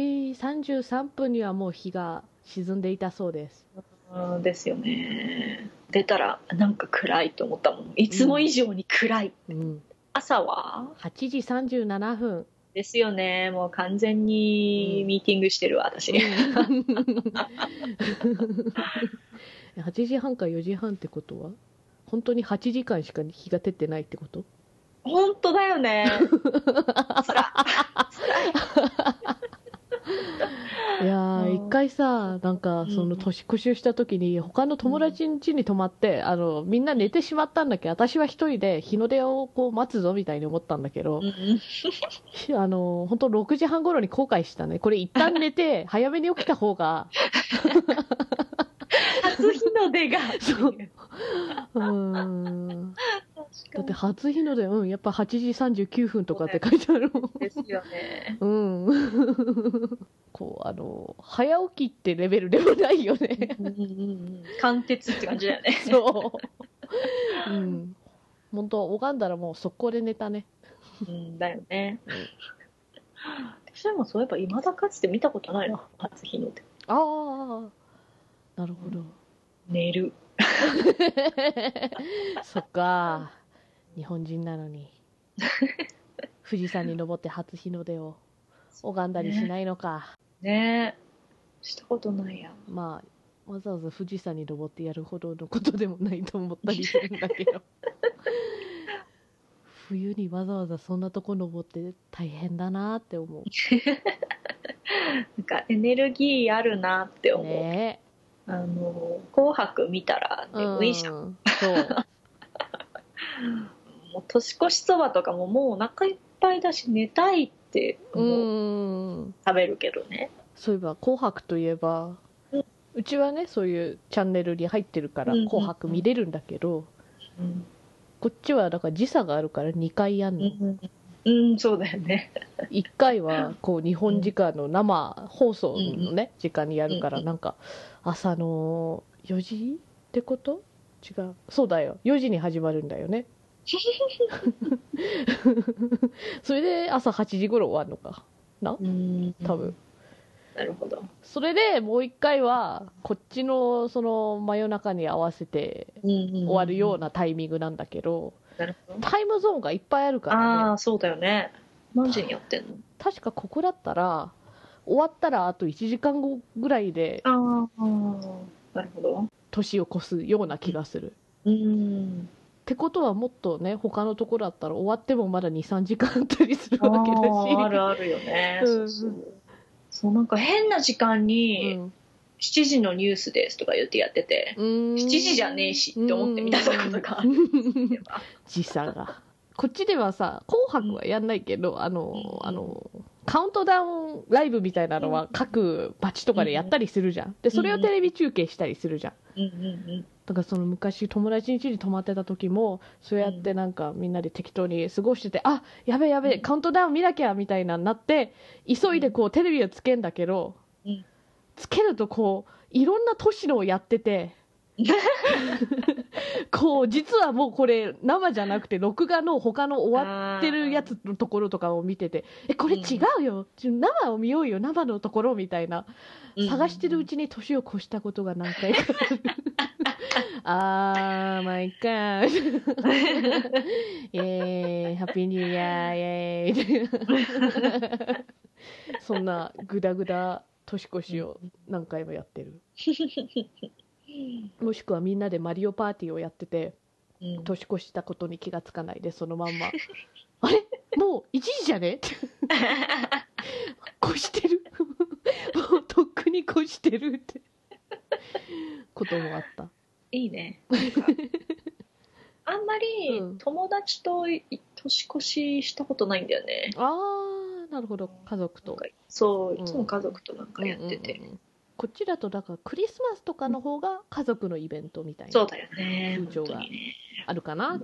[SPEAKER 1] 33分にはもう日が沈んでいたそうです
[SPEAKER 2] うんですよね出たらなんか暗いと思ったもんいつも以上に暗い、
[SPEAKER 1] うん
[SPEAKER 2] 朝は
[SPEAKER 1] 8時37分
[SPEAKER 2] ですよねもう完全に
[SPEAKER 1] うん
[SPEAKER 2] ミーティングしてるわ 私、
[SPEAKER 1] 8時半か4時半ってことは本当に8時間しか日が照ってないってこと
[SPEAKER 2] 本当だ よね。つら
[SPEAKER 1] いやー
[SPEAKER 2] うん
[SPEAKER 1] 一回さなんかその
[SPEAKER 2] うん
[SPEAKER 1] 年越しをした時に他の友達ん家に泊まって、あのみんな寝てしまったんだけど私は一人で日の出をこう待つぞみたいに思ったんだけど、
[SPEAKER 2] うん
[SPEAKER 1] あの本当6時半頃に後悔したねこれ一旦寝 て早めに起きた方が、
[SPEAKER 2] 初日の出が。
[SPEAKER 1] そううーんだ
[SPEAKER 2] 確
[SPEAKER 1] って
[SPEAKER 2] か
[SPEAKER 1] 初日の出うんやっぱ8時39分とかって書いてあるもん
[SPEAKER 2] に。ですよね。
[SPEAKER 1] うん、こうあの早起きってレベルでもないよね
[SPEAKER 2] 貫徹って感じだよね。
[SPEAKER 1] そう。うん。本当拝んだらもう速攻で寝たね。
[SPEAKER 2] うん、だよね。私でもそういえば、いまだかつて見たことないな、初日の出。
[SPEAKER 1] ああ。なるほど。
[SPEAKER 2] 寝る。
[SPEAKER 1] そっか。日本人なの に。富士山に登って初日の出を拝んだりしないのか。
[SPEAKER 2] ねしたことないや。
[SPEAKER 1] まあ、わざわざ富士山に登ってやるほどのことでもないと思ったりするんだけど。冬にわざわざそんなとこ登って大変だなって思う。
[SPEAKER 2] なんかエネルギーあるなって思う。
[SPEAKER 1] ねえ。
[SPEAKER 2] あの紅白見たら眠いじゃん、
[SPEAKER 1] うんそう。
[SPEAKER 2] もう年越しそばとかももうお腹いっぱいだし寝たいって
[SPEAKER 1] う
[SPEAKER 2] 思う、
[SPEAKER 1] ん。
[SPEAKER 2] 食べるけどね
[SPEAKER 1] そういえば、紅白といえば
[SPEAKER 2] う、
[SPEAKER 1] うちはね、そういうチャンネルに入ってるから、
[SPEAKER 2] うんうん
[SPEAKER 1] 紅白見れるんだけど、
[SPEAKER 2] うん、
[SPEAKER 1] こっちはだから時差があるから2回やんの。
[SPEAKER 2] うんそうだよね
[SPEAKER 1] 1回は、こう、日本時間の生放送のね、時間にやるか
[SPEAKER 2] うん
[SPEAKER 1] ら、
[SPEAKER 2] うん
[SPEAKER 1] なんか、朝の4時ってこと違う。そうだよ。4時に始まるんだよ ね。それで朝8時頃終わるのか。
[SPEAKER 2] うん
[SPEAKER 1] 多分。
[SPEAKER 2] なるほど
[SPEAKER 1] それでもう一回はこっちのその真夜中に合わせて
[SPEAKER 2] 終
[SPEAKER 1] 終わるよう
[SPEAKER 2] な
[SPEAKER 1] なタイミングなんだけど、
[SPEAKER 2] なるほど
[SPEAKER 1] タイムゾーンがいっぱいあるから
[SPEAKER 2] あ
[SPEAKER 1] ね
[SPEAKER 2] あそうだよね何時にやってんの
[SPEAKER 1] 確かここだったら終わったらあと1時間後ぐらいで
[SPEAKER 2] ああなるほど
[SPEAKER 1] 年を越すような気がする。
[SPEAKER 2] う
[SPEAKER 1] っ
[SPEAKER 2] ん
[SPEAKER 1] てことはもっとね他のところだったら終わってもまだ23時間あったりする
[SPEAKER 2] あ
[SPEAKER 1] わけだし
[SPEAKER 2] ーあるあるよね、
[SPEAKER 1] うん
[SPEAKER 2] そうそうそうなんか変な時間に7時のニュースですとか言ってやってて、
[SPEAKER 1] 7
[SPEAKER 2] 7時じゃねえしって思って見たとことか
[SPEAKER 1] 時差がこっちではさ「紅白」はやんないけどあの
[SPEAKER 2] うん
[SPEAKER 1] あのカウントダウンライブみたいなのは各町とかでやったりするじゃんでそれをテレビ中継したりするじゃん
[SPEAKER 2] うんうん
[SPEAKER 1] だからその昔友達ん家に泊まってた時もそうやってなんかみんなで適当に過ごしてて「あやべえやべえ
[SPEAKER 2] うん
[SPEAKER 1] カウントダウン見なきゃ」みたいなになって急いでこうテレビをつけんだけど
[SPEAKER 2] うん
[SPEAKER 1] つけるとこういろんな都市のをやって て。こう実はもうこれ生じゃなくて録画の他の終わ
[SPEAKER 2] わ
[SPEAKER 1] ってるやつのところとかを見ててえこれ違うよちょ生を見ようよ生のところみたいな探してるう
[SPEAKER 2] ち
[SPEAKER 1] ちに年を越したことが何回かあるあーまあいっかイエー イハッピーニューイヤーイエーイみたいなそんなグダグダ年越しを何回もやってるもしくはみんなでマリオパーティーをやってて年越したことに気がつかないでそのまんま あれもう1時じゃ ねって越してるもうとっくに越してるってこともあった
[SPEAKER 2] いいねなんかあんまり
[SPEAKER 1] うん
[SPEAKER 2] 友達とい年越ししたことないんだよね
[SPEAKER 1] あーなるほど家族
[SPEAKER 2] な
[SPEAKER 1] と
[SPEAKER 2] んかそう
[SPEAKER 1] うん
[SPEAKER 2] いつも家族となんかやってて、
[SPEAKER 1] うんうんうんうんこっちだとだからクリスマスとかの方が家族のイベントみたい
[SPEAKER 2] そ
[SPEAKER 1] な
[SPEAKER 2] うだよね
[SPEAKER 1] 風潮が
[SPEAKER 2] 本当にね
[SPEAKER 1] あるかな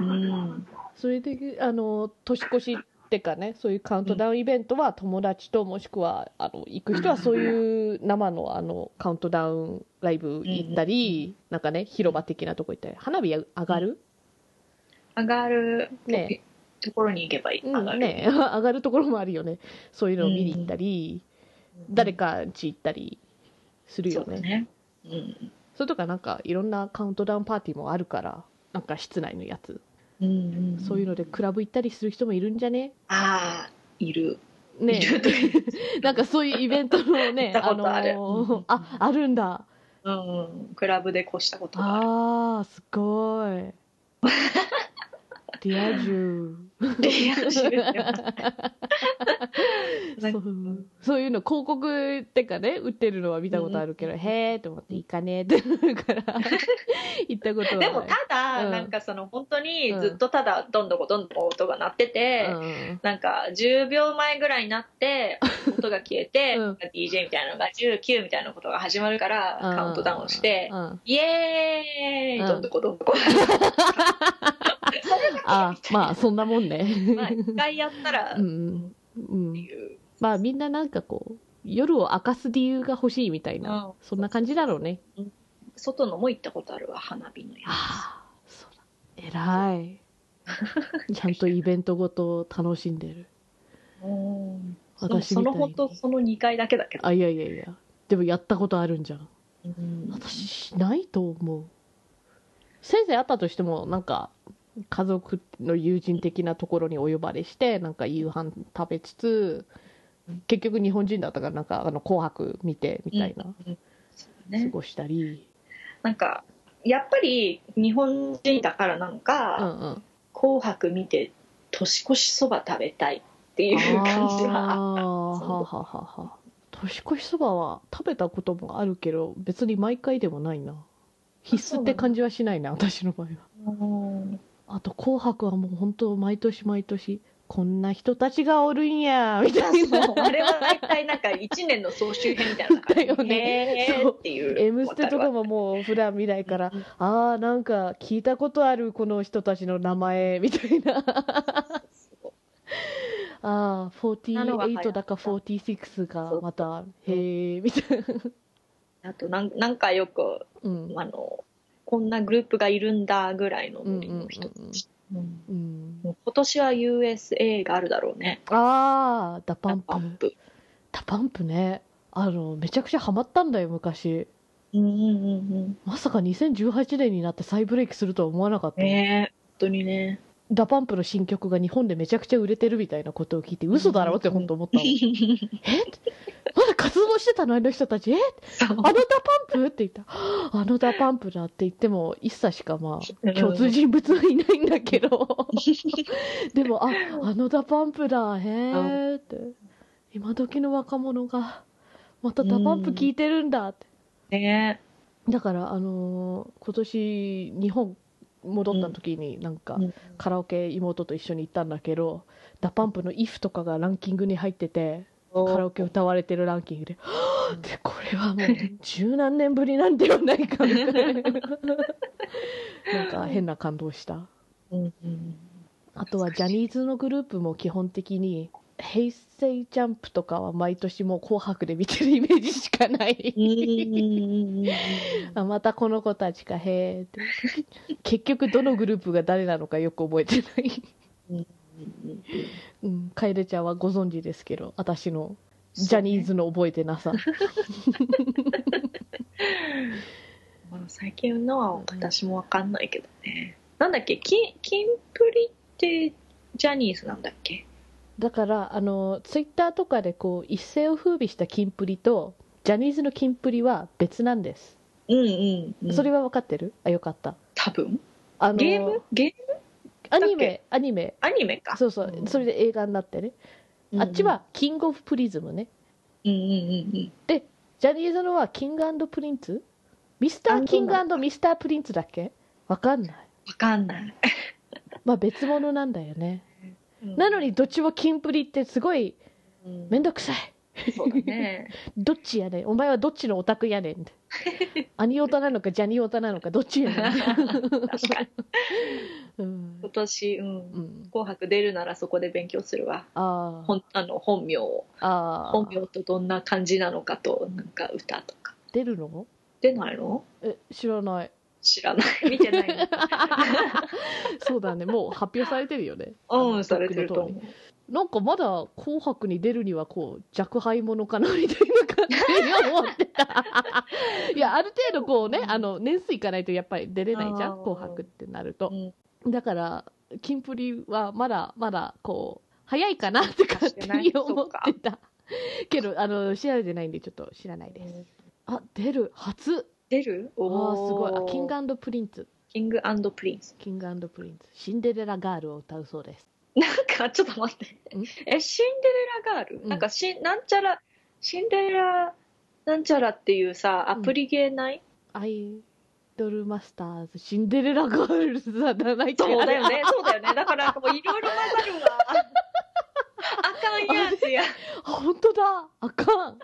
[SPEAKER 2] うん
[SPEAKER 1] それであの年越しってかねそういうカウントダウンイベントは友達ともしくはあの行く人はそういう生のあのカウントダウンライブ行ったり、なんかね広場的なとこ行ったり花火や上がる、
[SPEAKER 2] 上がる
[SPEAKER 1] ね
[SPEAKER 2] ところに行けばいい、
[SPEAKER 1] うん
[SPEAKER 2] 上がる、
[SPEAKER 1] ね 上がるところもあるよねそういうのを見に行ったり、誰かんち行ったりするよ
[SPEAKER 2] そうだ
[SPEAKER 1] ね
[SPEAKER 2] ねうん
[SPEAKER 1] それとかなんかいろんなカウントダウンパーティーもあるからなんか室内のやつ、
[SPEAKER 2] うんん
[SPEAKER 1] そういうのでクラブ行ったりする人もいるんじゃね
[SPEAKER 2] ああいる
[SPEAKER 1] ね
[SPEAKER 2] いるという、
[SPEAKER 1] なんかそういうイベントのね
[SPEAKER 2] 行ったことある
[SPEAKER 1] のー
[SPEAKER 2] うん
[SPEAKER 1] あ、あるんだ。
[SPEAKER 2] うん、クラブで越したことがある
[SPEAKER 1] ああ、すごい。ディア 充
[SPEAKER 2] レア種です よ
[SPEAKER 1] そ
[SPEAKER 2] そう
[SPEAKER 1] そういうの広告ってかね売ってるのは見たことあるけど、
[SPEAKER 2] うん
[SPEAKER 1] へえと思って行かねえってなるから 行ったことはな
[SPEAKER 2] で
[SPEAKER 1] い
[SPEAKER 2] もただ、
[SPEAKER 1] うん
[SPEAKER 2] なんかその本当にずっとただどんどこどんどこ音が鳴ってて、
[SPEAKER 1] うん
[SPEAKER 2] なんか10秒前ぐらいに なって音が消えて、
[SPEAKER 1] うん
[SPEAKER 2] DJ みたいなのが19みたいなことが始まるからカウントダウンして、
[SPEAKER 1] うんあ
[SPEAKER 2] イエーイ、
[SPEAKER 1] うん
[SPEAKER 2] どんどこどんどこ
[SPEAKER 1] あまあそんなもんね
[SPEAKER 2] まあ一回やったら
[SPEAKER 1] う
[SPEAKER 2] っ
[SPEAKER 1] ん、うん
[SPEAKER 2] て、いう、
[SPEAKER 1] まあみんななんかこう夜を明かす理由が欲しいみたいな、
[SPEAKER 2] うん
[SPEAKER 1] そんな感じだろうね
[SPEAKER 2] 外のも行ったことあるわ花火のや
[SPEAKER 1] ああそうだ偉 いちゃんとイベントごと楽しんでる
[SPEAKER 2] つうんその
[SPEAKER 1] 私
[SPEAKER 2] そ
[SPEAKER 1] みた
[SPEAKER 2] の
[SPEAKER 1] い
[SPEAKER 2] 本
[SPEAKER 1] に
[SPEAKER 2] 当その2回だけだけど、
[SPEAKER 1] あいやいやいやでもやったことあるんじゃん
[SPEAKER 2] うん
[SPEAKER 1] 私しないと思う先生あったとしてもなんか家族の友人的なところにお呼ばれしてなんか夕飯食べつつ結局日本人だったからなんかあの紅白見てみたいな、
[SPEAKER 2] そうだ
[SPEAKER 1] 過
[SPEAKER 2] ね
[SPEAKER 1] ごしたり、
[SPEAKER 2] なんかやっぱり日本人だからなんか、
[SPEAKER 1] うんうん、
[SPEAKER 2] 紅白見て年越しそば食べたいっていう感じ
[SPEAKER 1] あー
[SPEAKER 2] は
[SPEAKER 1] はあはあはあはあ年越しそばは食べたこともあるけど別に毎回でもないな必須って感じはしないな私の場合は
[SPEAKER 2] うん
[SPEAKER 1] あと「紅白」はもう本当毎年毎年こんな人たちがおるんやみたいな
[SPEAKER 2] そうあれは大体なんか1年の総集編みたいな感じ
[SPEAKER 1] だよね
[SPEAKER 2] へー
[SPEAKER 1] そう
[SPEAKER 2] って
[SPEAKER 1] 「
[SPEAKER 2] いう
[SPEAKER 1] M ステ」とか
[SPEAKER 2] も
[SPEAKER 1] ももう普段見ないからあーなんか聞いたことあるこの人たちの名前みたいなああ
[SPEAKER 2] なのが流行った
[SPEAKER 1] 48だか46がまたへえみたいな、
[SPEAKER 2] あとなんなんかよく
[SPEAKER 1] うん
[SPEAKER 2] あのこんなグループがいるんだぐらいのノリの人
[SPEAKER 1] うんうんうんうん
[SPEAKER 2] たち、うん
[SPEAKER 1] うん、
[SPEAKER 2] もう今年は USA があるだろうね
[SPEAKER 1] ああダパンプ
[SPEAKER 2] アップ
[SPEAKER 1] ダパンプねあのめちゃくちゃハマったんだよ昔
[SPEAKER 2] うんうんうん
[SPEAKER 1] まさか2018年になって再ブレイクするとは思わなかっ
[SPEAKER 2] う
[SPEAKER 1] た
[SPEAKER 2] んねえ本当にね
[SPEAKER 1] ダパンプの新曲が日本でめちゃくちゃ売れてるみたいなことを聞いて嘘だろって本当思った のえまだ活動してたのあの人たちえ
[SPEAKER 2] そう
[SPEAKER 1] あのダパンプって言ったあのダパンプだって言っても一切しかまあ共通人物はいないんだけどでもああのダパンプだへえって今時の若者がまたダパンプ聞いてるんだって
[SPEAKER 2] ねえ
[SPEAKER 1] だからあのー今年日本戻った時になんか、
[SPEAKER 2] うん
[SPEAKER 1] カラオケ妹と一緒に行ったんだけどダパンプの「IF」とかがランキングに入っててカラオケ歌われてるランキングで「でこれはもう十何年ぶりなんではないか」みたいななんか変な感動した
[SPEAKER 2] うんうん
[SPEAKER 1] あとはジャニーズのグループも基本的に「平成ジャンプ」とかは毎年もう「紅白」で見てるイメージしかない
[SPEAKER 2] うんうんうんうん
[SPEAKER 1] あまたこの子たちかへえって結局どのグループが誰なのかよく覚えてない、
[SPEAKER 2] うん
[SPEAKER 1] うん、カエルちゃんはご存知ですけど私のジャニーズの覚えてなさ、
[SPEAKER 2] まあ最近のは私もわかんないけどね、なんだっけキンキンプリってジャニーズなんだっけ
[SPEAKER 1] だからあのツイッターとかでこう一世を風靡したキンプリとジャニーズのキンプリは別なんです、
[SPEAKER 2] うんうん、
[SPEAKER 1] それ
[SPEAKER 2] は
[SPEAKER 1] は分かってるあよかった
[SPEAKER 2] 多分
[SPEAKER 1] あの
[SPEAKER 2] ゲームゲーム
[SPEAKER 1] アニ
[SPEAKER 2] だ
[SPEAKER 1] メ
[SPEAKER 2] っけ
[SPEAKER 1] アニメ
[SPEAKER 2] アニメか
[SPEAKER 1] そうそう、
[SPEAKER 2] うん
[SPEAKER 1] それで映画になってね、あっちはキングオブプリズムね
[SPEAKER 2] うんうんうんうん
[SPEAKER 1] ジャニーズのはキングプリンツミスターキングミスタープリンツだっけわかんない。
[SPEAKER 2] わかんない、
[SPEAKER 1] まあ別物なんだよね。
[SPEAKER 2] うん
[SPEAKER 1] なのにどっちもキンプリってすごい
[SPEAKER 2] うん
[SPEAKER 1] めんどくさい。
[SPEAKER 2] そうだね
[SPEAKER 1] どっちやねん。お前はどっちのオタクやねんって。 アニオタなのかジャニオタなのかどっちやねんって。
[SPEAKER 2] 確かに
[SPEAKER 1] うん
[SPEAKER 2] 今年、うん
[SPEAKER 1] うん、
[SPEAKER 2] 紅白出るならそこで勉強するわ
[SPEAKER 1] あー
[SPEAKER 2] ほんあの本名を
[SPEAKER 1] あ
[SPEAKER 2] 本
[SPEAKER 1] ー
[SPEAKER 2] 名とどんな感じなのかとなんか歌とか
[SPEAKER 1] 出るの
[SPEAKER 2] 出ないの
[SPEAKER 1] え知らない
[SPEAKER 2] 知らない見てない
[SPEAKER 1] そうだねもう発表されてるよね
[SPEAKER 2] の うんされてると思う
[SPEAKER 1] なんかまだ「紅白」に出るにはこう若輩者かなみたいな感じに思って たいやある程度こうねあの年数いかないとやっぱり出れないじゃ
[SPEAKER 2] あ
[SPEAKER 1] ん「
[SPEAKER 2] ー
[SPEAKER 1] 紅白」ってなると
[SPEAKER 2] うん
[SPEAKER 1] だからキンプリはまだまだこう早いかなって勝手に思ってたけどあの調べてないんでちょっと知らないですあ出る初
[SPEAKER 2] 出る
[SPEAKER 1] あーすごいあ
[SPEAKER 2] おー
[SPEAKER 1] キングプリンツ
[SPEAKER 2] キングプリンス。
[SPEAKER 1] キングプリンス、シンデレラガールを歌うそうです。
[SPEAKER 2] なんか、ちょっと待って
[SPEAKER 1] ん。
[SPEAKER 2] え、シンデレラガール、
[SPEAKER 1] うん
[SPEAKER 2] なんかし、なんちゃら、シンデレラ、なんちゃらっていうさ、アプリゲーない、
[SPEAKER 1] アイドルマスターズ、シンデレラガールズじゃないけ
[SPEAKER 2] そうだよ
[SPEAKER 1] あれ
[SPEAKER 2] ね、 そうだよね。だから、もういろいろ混ざ るわ。 あかんやつや。
[SPEAKER 1] あ、本当だ。あかん。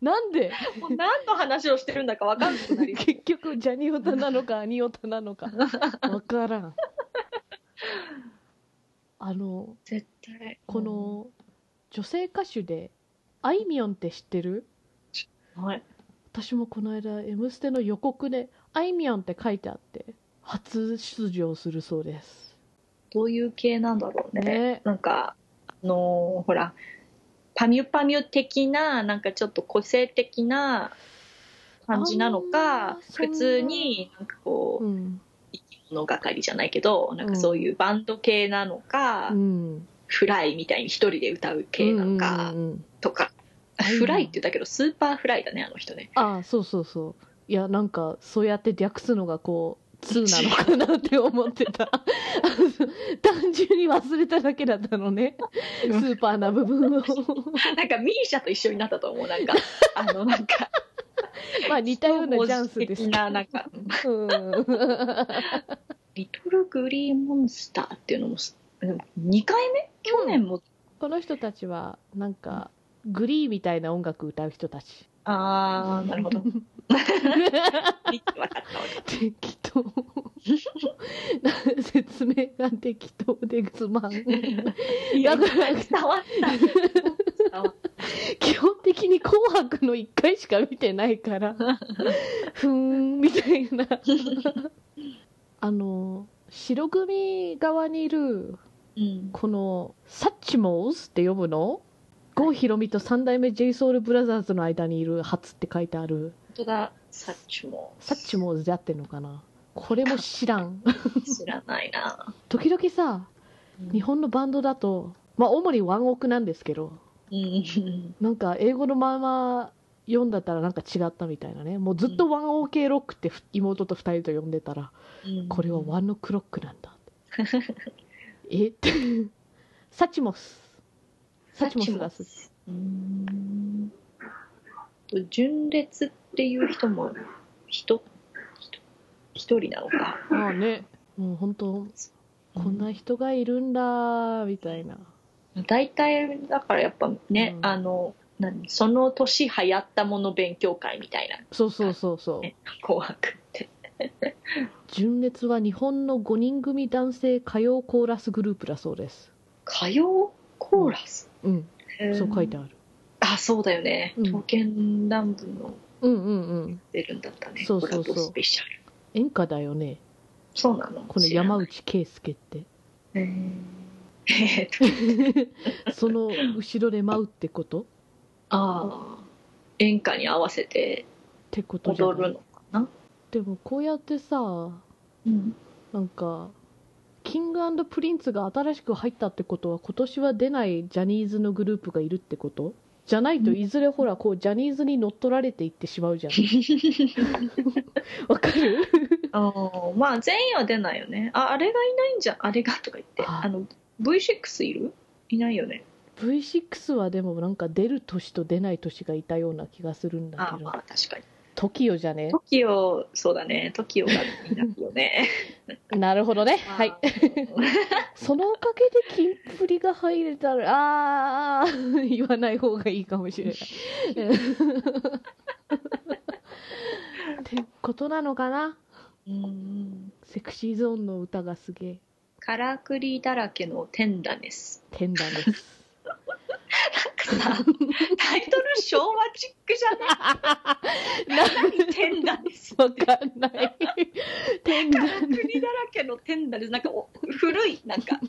[SPEAKER 1] なんで
[SPEAKER 2] もう何の話をしてるんだかわかんなくなり。
[SPEAKER 1] 結局、ジャニオタなのか、アニオタなのか。わからん。あの、
[SPEAKER 2] 絶対。
[SPEAKER 1] こ、の、女性歌手で、あいみょんって知ってる
[SPEAKER 2] はい。
[SPEAKER 1] 私もこの間「M ステ」の予告で「あいみょん」って書いてあって初出場するそうです
[SPEAKER 2] どういう系なんだろうね。
[SPEAKER 1] ね
[SPEAKER 2] なんか、あのーほら、パミュパミュ的な、なんかちょっと個性的な感じなの
[SPEAKER 1] あ
[SPEAKER 2] か
[SPEAKER 1] ー、そんな
[SPEAKER 2] 普通に、なんかこう、
[SPEAKER 1] うん、
[SPEAKER 2] 生き物係じゃないけど、なんかそういうバンド系なのか、
[SPEAKER 1] うん、
[SPEAKER 2] フライみたいに一人で歌う系なのか、
[SPEAKER 1] うんうんうん
[SPEAKER 2] とか。
[SPEAKER 1] うん
[SPEAKER 2] フライって言ったけど、スーパーフライだね、あの人ね。
[SPEAKER 1] ああそうそうそういやなんかそうやって略すのがこう通なのかなって思ってた単純に忘れただけだったのねス
[SPEAKER 2] うん
[SPEAKER 1] ーパーな部分を
[SPEAKER 2] なんかミーシャと一緒になったと思う、な んか。あの、なんか。
[SPEAKER 1] まあ似たようなジャンスですけど
[SPEAKER 2] 的な、なんか、
[SPEAKER 1] うん
[SPEAKER 2] リトルグリーンモンスターっていうのもす、でも2回目去年も、
[SPEAKER 1] この人たちはなんかグリーみたいな音楽歌う人たち
[SPEAKER 2] あー、なる ほど。分かった、わかっ
[SPEAKER 1] 適当説明が適当でつまん
[SPEAKER 2] た。いや、
[SPEAKER 1] だか
[SPEAKER 2] 伝
[SPEAKER 1] ら
[SPEAKER 2] わった。伝わっ
[SPEAKER 1] 基本的に「紅白」の1回しか見てないからふーんみたいなあの白組側にいる
[SPEAKER 2] うん。
[SPEAKER 1] この「サッチモーズ」って呼ぶの郷ひろみと三代目 j s o u l b r o t h e r s の間にいる「初」って書いてある
[SPEAKER 2] 本当だ、サッチも。
[SPEAKER 1] サッチモーズで合ってんのかなこれも知らん
[SPEAKER 2] 知らないな。
[SPEAKER 1] 時々さ日本のバンドだとまあ主にワンオクなんですけど
[SPEAKER 2] うん。
[SPEAKER 1] なんか英語のまま読んだったらなんか違ったみたいなねもうずっと 1OK ロックってふ妹と2人と呼んでたら
[SPEAKER 2] うん
[SPEAKER 1] これはワンのクロックなんだってえってサチモスサチモスがす
[SPEAKER 2] うーんと純烈っていう人も人人一人なのか
[SPEAKER 1] ああねもう本当こんな人がいるんだみたいな
[SPEAKER 2] 大体だからやっぱね、
[SPEAKER 1] うん
[SPEAKER 2] あの何その年流行ったもの勉強会みたいな
[SPEAKER 1] そうそうそうそう
[SPEAKER 2] ね「紅白」って
[SPEAKER 1] 純烈は日本の5人組男性歌謡コーラスグループだそうです
[SPEAKER 2] 歌謡コーラス、
[SPEAKER 1] うんそう書いて
[SPEAKER 2] ある
[SPEAKER 1] ある
[SPEAKER 2] あそうだよね、
[SPEAKER 1] うん
[SPEAKER 2] 刀剣乱舞の
[SPEAKER 1] うんうんうん
[SPEAKER 2] 出るんだったね
[SPEAKER 1] そうそうそう
[SPEAKER 2] コラボスペシャル
[SPEAKER 1] 演歌だよね
[SPEAKER 2] そうなの
[SPEAKER 1] この山内圭介って
[SPEAKER 2] 知らないえーえーっと
[SPEAKER 1] その後ろで舞うってことっ
[SPEAKER 2] ああ演歌に合わせて
[SPEAKER 1] てことじゃ
[SPEAKER 2] 踊
[SPEAKER 1] ない
[SPEAKER 2] るのかな
[SPEAKER 1] でもこうやってさ
[SPEAKER 2] うん
[SPEAKER 1] なんかキングプリンツが新しく入ったってことは今年は出ないジャニーズのグループがいるってことじゃないと
[SPEAKER 2] うん
[SPEAKER 1] いずれほらこうジャニーズに乗っ取られていってしまう じゃんわかる
[SPEAKER 2] あーまあ全員は出ないよねああれがいないんじゃあれがとか言って
[SPEAKER 1] あ
[SPEAKER 2] あの V6 いるいないよね
[SPEAKER 1] V6 はでもなんか出る年と出ない年がいたような気がするんだ
[SPEAKER 2] あ
[SPEAKER 1] け
[SPEAKER 2] ま
[SPEAKER 1] ど
[SPEAKER 2] あ確かに
[SPEAKER 1] TOKIO じゃね
[SPEAKER 2] TOKIO そうだね TOKIO がいないよね
[SPEAKER 1] なるほどね はい
[SPEAKER 2] あー
[SPEAKER 1] そのおかげでキンプリが入れたら、あー、 言わない方がいいかもしれない。ってことなのかな
[SPEAKER 2] うん
[SPEAKER 1] セクシーゾーンの歌がすげえ、
[SPEAKER 2] カラクリだらけのテンダネス
[SPEAKER 1] 天壇です。
[SPEAKER 2] なんかさタイトル昭和チックじゃない 何テンダネス
[SPEAKER 1] わかんない。天
[SPEAKER 2] カラ
[SPEAKER 1] 壇。
[SPEAKER 2] クリだらけのテンダネスなんかお古いなんか
[SPEAKER 1] い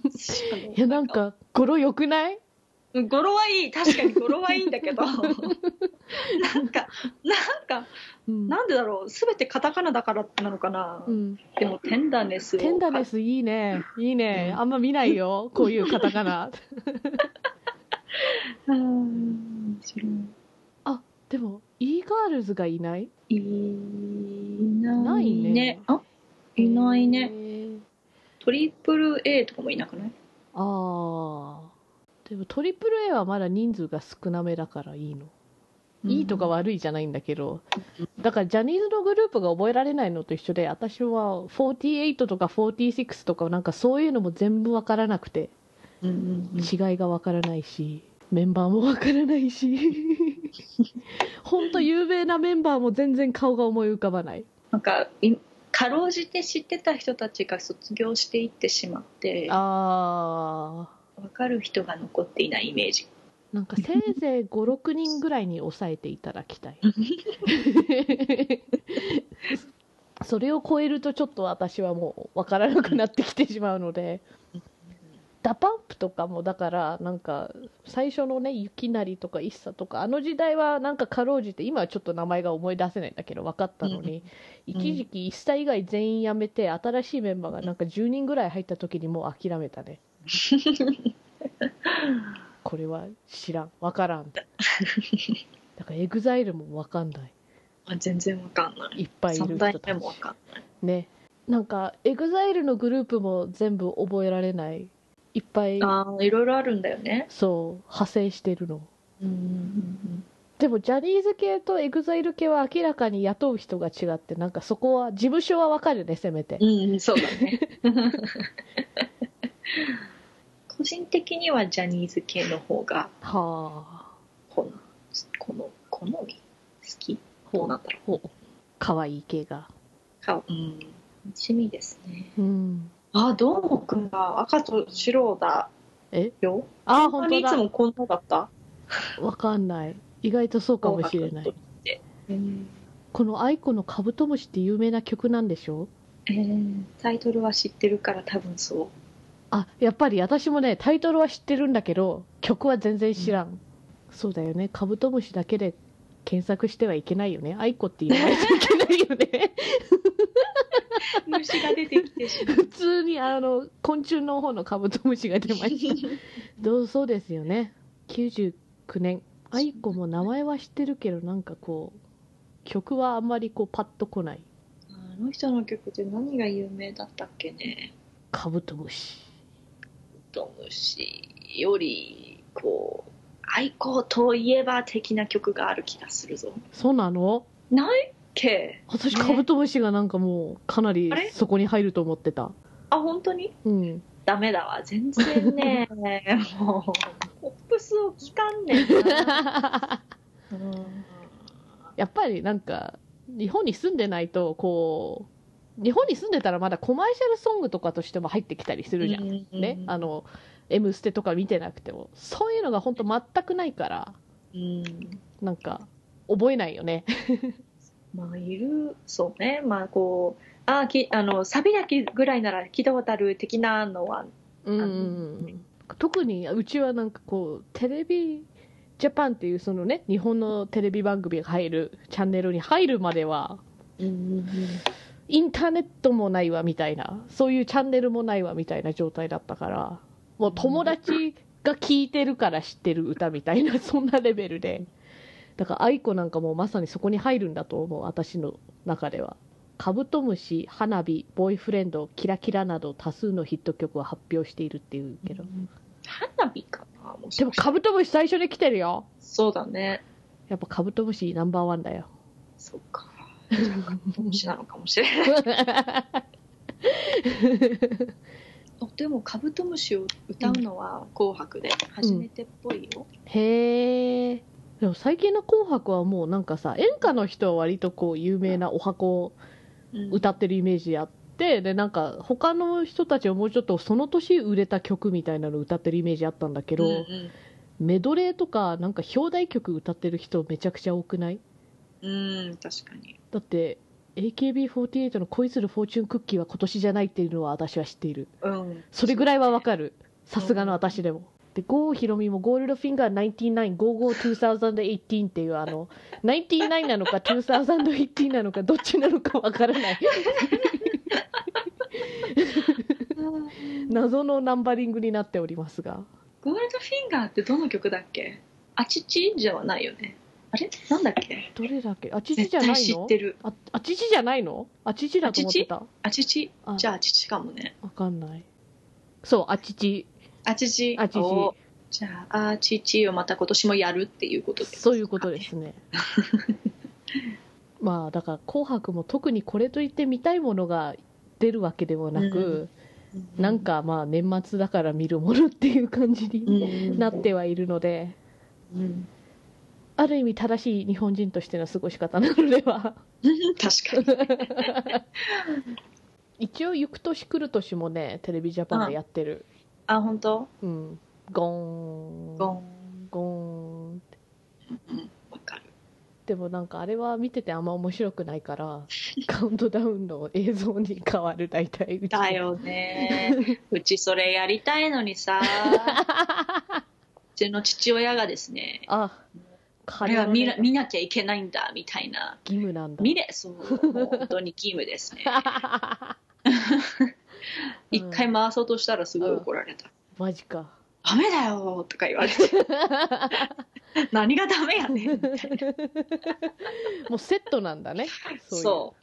[SPEAKER 1] や、なんか、語呂良くない
[SPEAKER 2] うん語呂はいい確かに語呂はいいん だけどなんかなんか
[SPEAKER 1] うん。
[SPEAKER 2] なんでだろう全てカタカナだからなのかな、
[SPEAKER 1] うん、
[SPEAKER 2] でもテンダーネスを
[SPEAKER 1] テンダネスいいね。いいね。あんま見ないよ。こういうカタカナ。
[SPEAKER 2] うんそれも
[SPEAKER 1] でも、e ガールズがいない
[SPEAKER 2] いない
[SPEAKER 1] ないね
[SPEAKER 2] あいない
[SPEAKER 1] へ
[SPEAKER 2] ね
[SPEAKER 1] ー
[SPEAKER 2] トリプル A とかもいなくない
[SPEAKER 1] ああでも AAA はまだ人数が少なめだからいいの、いいとか悪いじゃないんだけどだからジャニーズのグループが覚えられないのと一緒で私は48とか46とかなんかそういうのも全部わからなくて
[SPEAKER 2] うんうんうん
[SPEAKER 1] 違いがわからないしメンバーもわからない し本当有名なメンバーも全然顔が思い浮かばない
[SPEAKER 2] なんかいかろうじて知ってた人たちが卒業していってしまって
[SPEAKER 1] ああ
[SPEAKER 2] 分かる人が残っていないイメージ
[SPEAKER 1] なんかせいぜい56人ぐらいに抑えていただきたいそれを超えるとちょっと私はもうわからなくなってきてしまうのでダパンプとかもだからなんか最初のね雪成とか一茶とかあの時代はなんかかろうじて今はちょっと名前が思い出せないんだけど分かったのに、
[SPEAKER 2] うん
[SPEAKER 1] 一時期一茶以外全員辞めて新しいメンバーがなんか10人ぐらい入った時にもう諦めた ねこれは知らん分からんだからエグザイルも分かんない
[SPEAKER 2] あ全然分かんない
[SPEAKER 1] いっぱいいる
[SPEAKER 2] 3
[SPEAKER 1] 人
[SPEAKER 2] 代
[SPEAKER 1] たち
[SPEAKER 2] 目も分かんない
[SPEAKER 1] ねなんかエグザイルのグループも全部覚えられないいっぱい
[SPEAKER 2] あーいろいろあるんだよね
[SPEAKER 1] そう派生してるの
[SPEAKER 2] うんうんうん
[SPEAKER 1] でもジャニーズ系とエグザイル系は明らかに雇う人が違ってなんかそこは事務所はわかるねせめて
[SPEAKER 2] うんうん、そうだ ね。個人的にはジャニーズ系の方が
[SPEAKER 1] はあ
[SPEAKER 2] 好み、好み、好み好きどうなんだろ
[SPEAKER 1] ほう可愛い系が
[SPEAKER 2] う。かうん、趣味ですね。
[SPEAKER 1] うん
[SPEAKER 2] あ、どーもくんが赤と白だ
[SPEAKER 1] え
[SPEAKER 2] よ。
[SPEAKER 1] あー
[SPEAKER 2] 本
[SPEAKER 1] 本
[SPEAKER 2] 当にいつ
[SPEAKER 1] 当
[SPEAKER 2] もこんなだった
[SPEAKER 1] だわかんない意外とそうかもしれない。
[SPEAKER 2] うん
[SPEAKER 1] このアイコのカブトムシって有名な曲なんでしょ
[SPEAKER 2] えー、タイトルは知ってるから多分そう。
[SPEAKER 1] あやっぱり私もねタイトルは知ってるんだけど曲は全然知らん、そうだよねカブトムシだけで検索してはいけないよねアイコって言わないといけないよね
[SPEAKER 2] 虫が出てきてしまう。
[SPEAKER 1] 普通にあの昆虫の方のカブトムシが出ました どうそうですよね99年アイコも名前は知ってるけどなんかこう曲はあんまりこうパッとこない
[SPEAKER 2] あの人の曲って何が有名だったっけね。
[SPEAKER 1] カブトムシ
[SPEAKER 2] トムシよりこう愛好といえば的な曲がある気がするぞ
[SPEAKER 1] そうなの
[SPEAKER 2] ないっけ
[SPEAKER 1] 私
[SPEAKER 2] ね
[SPEAKER 1] カブトムシがなんかもうかなり
[SPEAKER 2] あれ
[SPEAKER 1] そこに入ると思ってた
[SPEAKER 2] あ本当に
[SPEAKER 1] うん
[SPEAKER 2] ダメだわ全 然ねもうポップスを聞かんねんな うん
[SPEAKER 1] やっぱりなんか日本に住んでないとこう日本に住んでたらまだコマーシャルソングとかとしても入ってきたりするじゃん、ねあの「M ステ」とか見てなくてもそういうのが本当全くないから
[SPEAKER 2] うん
[SPEAKER 1] なんか覚えないよね
[SPEAKER 2] まあいるそうねまあこうあきあのサビだけぐらいなら聞いたことある的なのは
[SPEAKER 1] うんうんうん特にうちはなんかこうテレビジャパンっていうそのね日本のテレビ番組が入るチャンネルに入るまではインターネットもないわみたいなそういうチャンネルもないわみたいな状態だったからもう友達が聴いてるから知ってる歌みたいなそんなレベルでだから愛子なんかもうまさにそこに入るんだと思う私の中では「カブトムシ」「花火」「ボーイフレンド」「キラキラ」など多数のヒット曲を発表しているっていうけど
[SPEAKER 2] 花火かなもしかして
[SPEAKER 1] でもカブトムシ最初に来てるよ
[SPEAKER 2] そうだね
[SPEAKER 1] やっぱカブトムシナンバーワンだよ
[SPEAKER 2] そっか虫なのかもしれないでもカブトムシを歌うのは「紅白」で初めてっぽいよ、
[SPEAKER 1] へえでも最近の「紅白」はもうなんかさ演歌の人は割とこう有名なお箱を
[SPEAKER 2] うん
[SPEAKER 1] 歌ってるイメージあってでなんか他の人たちはもうちょっとその年売れた曲みたいなの歌ってるイメージあったんだけど、
[SPEAKER 2] うん
[SPEAKER 1] メドレーとかなんか表題曲歌ってる人めちゃくちゃ多くない
[SPEAKER 2] うん、うん、確かに
[SPEAKER 1] だって AKB48 の「恋するフォーチュンクッキー」は今年じゃないっていうのは私は知っている
[SPEAKER 2] うん
[SPEAKER 1] それぐらいはわかるさすがの私でも、で郷ひろみも「ゴールドフィンガー99552018」っていうあの99なのか2018なのかどっちなのかわからない謎のナンバリングになっておりますが
[SPEAKER 2] ゴールドフィンガーってどの曲だっけあちちじゃないよねあれなんだっけ
[SPEAKER 1] どれだっけあちち
[SPEAKER 2] 絶
[SPEAKER 1] じゃな
[SPEAKER 2] 対
[SPEAKER 1] い
[SPEAKER 2] 知
[SPEAKER 1] の
[SPEAKER 2] ってる。
[SPEAKER 1] ああちちじゃないのあちちだと思ってた
[SPEAKER 2] あちち
[SPEAKER 1] あ
[SPEAKER 2] じゃあちちかもね。
[SPEAKER 1] わかんないそうあちち
[SPEAKER 2] あちち。
[SPEAKER 1] あちち
[SPEAKER 2] おじゃあ、あちちをまた今年もやるっていうことです。
[SPEAKER 1] そういうことで。 すねまあだから「紅白」も特にこれといって見たいものが出るわけでもなく、なん、かまあ年末だから見るものっていう感じ
[SPEAKER 2] う
[SPEAKER 1] に
[SPEAKER 2] ん、
[SPEAKER 1] なっ、てはいるので、
[SPEAKER 2] うん、
[SPEAKER 1] ある意味正しい日本人としての過ごし方なのでは
[SPEAKER 2] 確かに。
[SPEAKER 1] 一応「行く年来る年」もねテレビジャパンでやってる、
[SPEAKER 2] あ、本当
[SPEAKER 1] うん、ゴーン
[SPEAKER 2] ゴン。
[SPEAKER 1] ゴーンって
[SPEAKER 2] うんわかる。
[SPEAKER 1] でもなんかあれは見ててあんま面白くないから カウントダウンの映像に変わる大体うち
[SPEAKER 2] だよ ね。うちそれやりたいのにさ。うちの父親がですね、
[SPEAKER 1] あ
[SPEAKER 2] こ
[SPEAKER 1] 彼
[SPEAKER 2] れ
[SPEAKER 1] は
[SPEAKER 2] は見な
[SPEAKER 1] 義
[SPEAKER 2] 見なきゃいけないんだみたいな。
[SPEAKER 1] 務なんだ
[SPEAKER 2] 見れ、そう、もう本当に義務 ですね。一回回そうとしたらすごい怒られた。
[SPEAKER 1] マジか
[SPEAKER 2] ダメだよとか言わ れて、何がダメやねん。
[SPEAKER 1] もうセットなんだねそういう
[SPEAKER 2] そ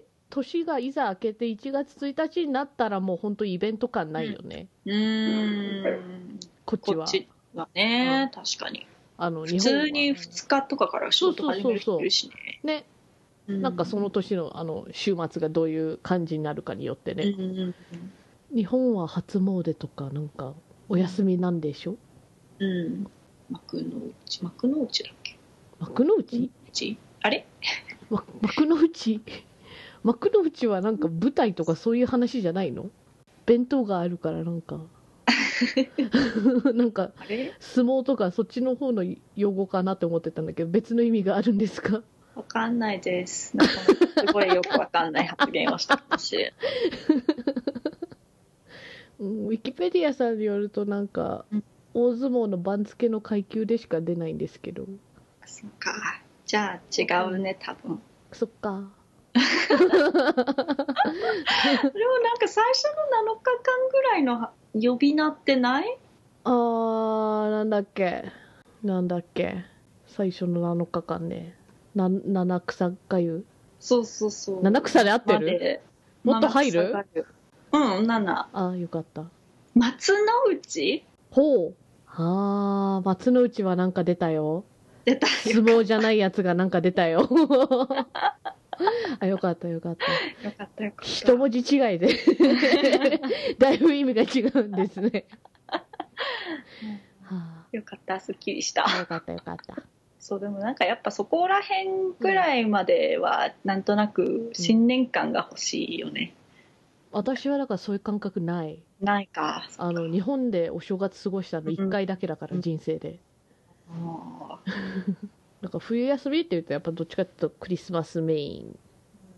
[SPEAKER 1] で年がいざ明けて1月1日になったらもう本当イベント感ないよね、
[SPEAKER 2] う。うーん。
[SPEAKER 1] こっち
[SPEAKER 2] こ
[SPEAKER 1] は
[SPEAKER 2] っちはね、確かに。
[SPEAKER 1] あの
[SPEAKER 2] 普
[SPEAKER 1] 日本は
[SPEAKER 2] 通に2日とかから仕事始める人いるしね。
[SPEAKER 1] ねなんかその年のあの週末がどういう感じになるかによって
[SPEAKER 2] う
[SPEAKER 1] ね、
[SPEAKER 2] んうん
[SPEAKER 1] 日本は初詣とかなんかお休みなんでしょ
[SPEAKER 2] うん。うん。幕の内、幕の内だっけ
[SPEAKER 1] 幕の内、
[SPEAKER 2] うちあれ
[SPEAKER 1] ま幕の内 幕の内はなんか舞台とかそういう話じゃないの弁当があるからなん か なんか
[SPEAKER 2] あれ
[SPEAKER 1] 相撲とかそっちの方の用語かなって思ってたんだけど別の意味があるんですか
[SPEAKER 2] わかんないです。なんかすごいよくわかんない発言をしたかもしれない。
[SPEAKER 1] うんウィキペディアさんによるとなんか、
[SPEAKER 2] うん
[SPEAKER 1] 大相撲の番付の階級でしか出ないんですけど
[SPEAKER 2] そうか。じゃあ違うね、多分。
[SPEAKER 1] そっか
[SPEAKER 2] でもなんか最初の7日間ぐらいの呼び名ってない
[SPEAKER 1] あーなんだっけなんだっけ最初の7日間ねな七草がゆ
[SPEAKER 2] そうそうそう。
[SPEAKER 1] 七草で合って
[SPEAKER 2] ま
[SPEAKER 1] る
[SPEAKER 2] で
[SPEAKER 1] もっと入る
[SPEAKER 2] 七草がゆうん、七。
[SPEAKER 1] あーよかった
[SPEAKER 2] 松の内
[SPEAKER 1] ほうあー松の内はなんか出たよ
[SPEAKER 2] 出た
[SPEAKER 1] 相撲じゃないやつがなんか出たよ あよかったよかった
[SPEAKER 2] よかったよかった。
[SPEAKER 1] 一文字違いで だいぶ意味が違うんですね、 は
[SPEAKER 2] よかった、すっきりした。
[SPEAKER 1] あ、よかったよかった
[SPEAKER 2] そう、でもなんかやっぱそこら辺ぐらいまでは、なんとなく新年感が欲しいよね。
[SPEAKER 1] 私はだからそういう感覚ない
[SPEAKER 2] ないか。
[SPEAKER 1] あの日本でお正月過ごしたの1回だけだから、
[SPEAKER 2] うん
[SPEAKER 1] 人生で
[SPEAKER 2] あー
[SPEAKER 1] だから冬休みっていうとやっぱどっちかっていうとクリスマスメイン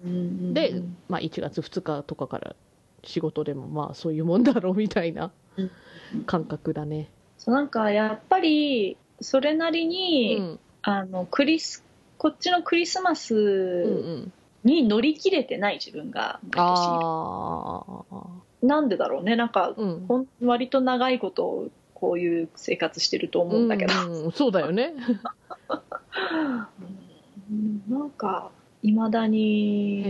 [SPEAKER 2] うんうんうん
[SPEAKER 1] で、まあ、1月2日とかから仕事でもまあそういうもんだろうみたいな
[SPEAKER 2] うん
[SPEAKER 1] 感覚だね、
[SPEAKER 2] そうなんかやっぱりそれなり
[SPEAKER 1] う
[SPEAKER 2] に、
[SPEAKER 1] ん、
[SPEAKER 2] あのクリスこっちのクリスマ
[SPEAKER 1] うんう
[SPEAKER 2] ス
[SPEAKER 1] ん
[SPEAKER 2] に乗り切れてない自分が毎年
[SPEAKER 1] ああ
[SPEAKER 2] なんでだろうねなんか
[SPEAKER 1] うん
[SPEAKER 2] ほん割と長いことこういう生活してると思うんだけど、
[SPEAKER 1] うんうんそうだよね
[SPEAKER 2] うんなんかいまだに
[SPEAKER 1] へ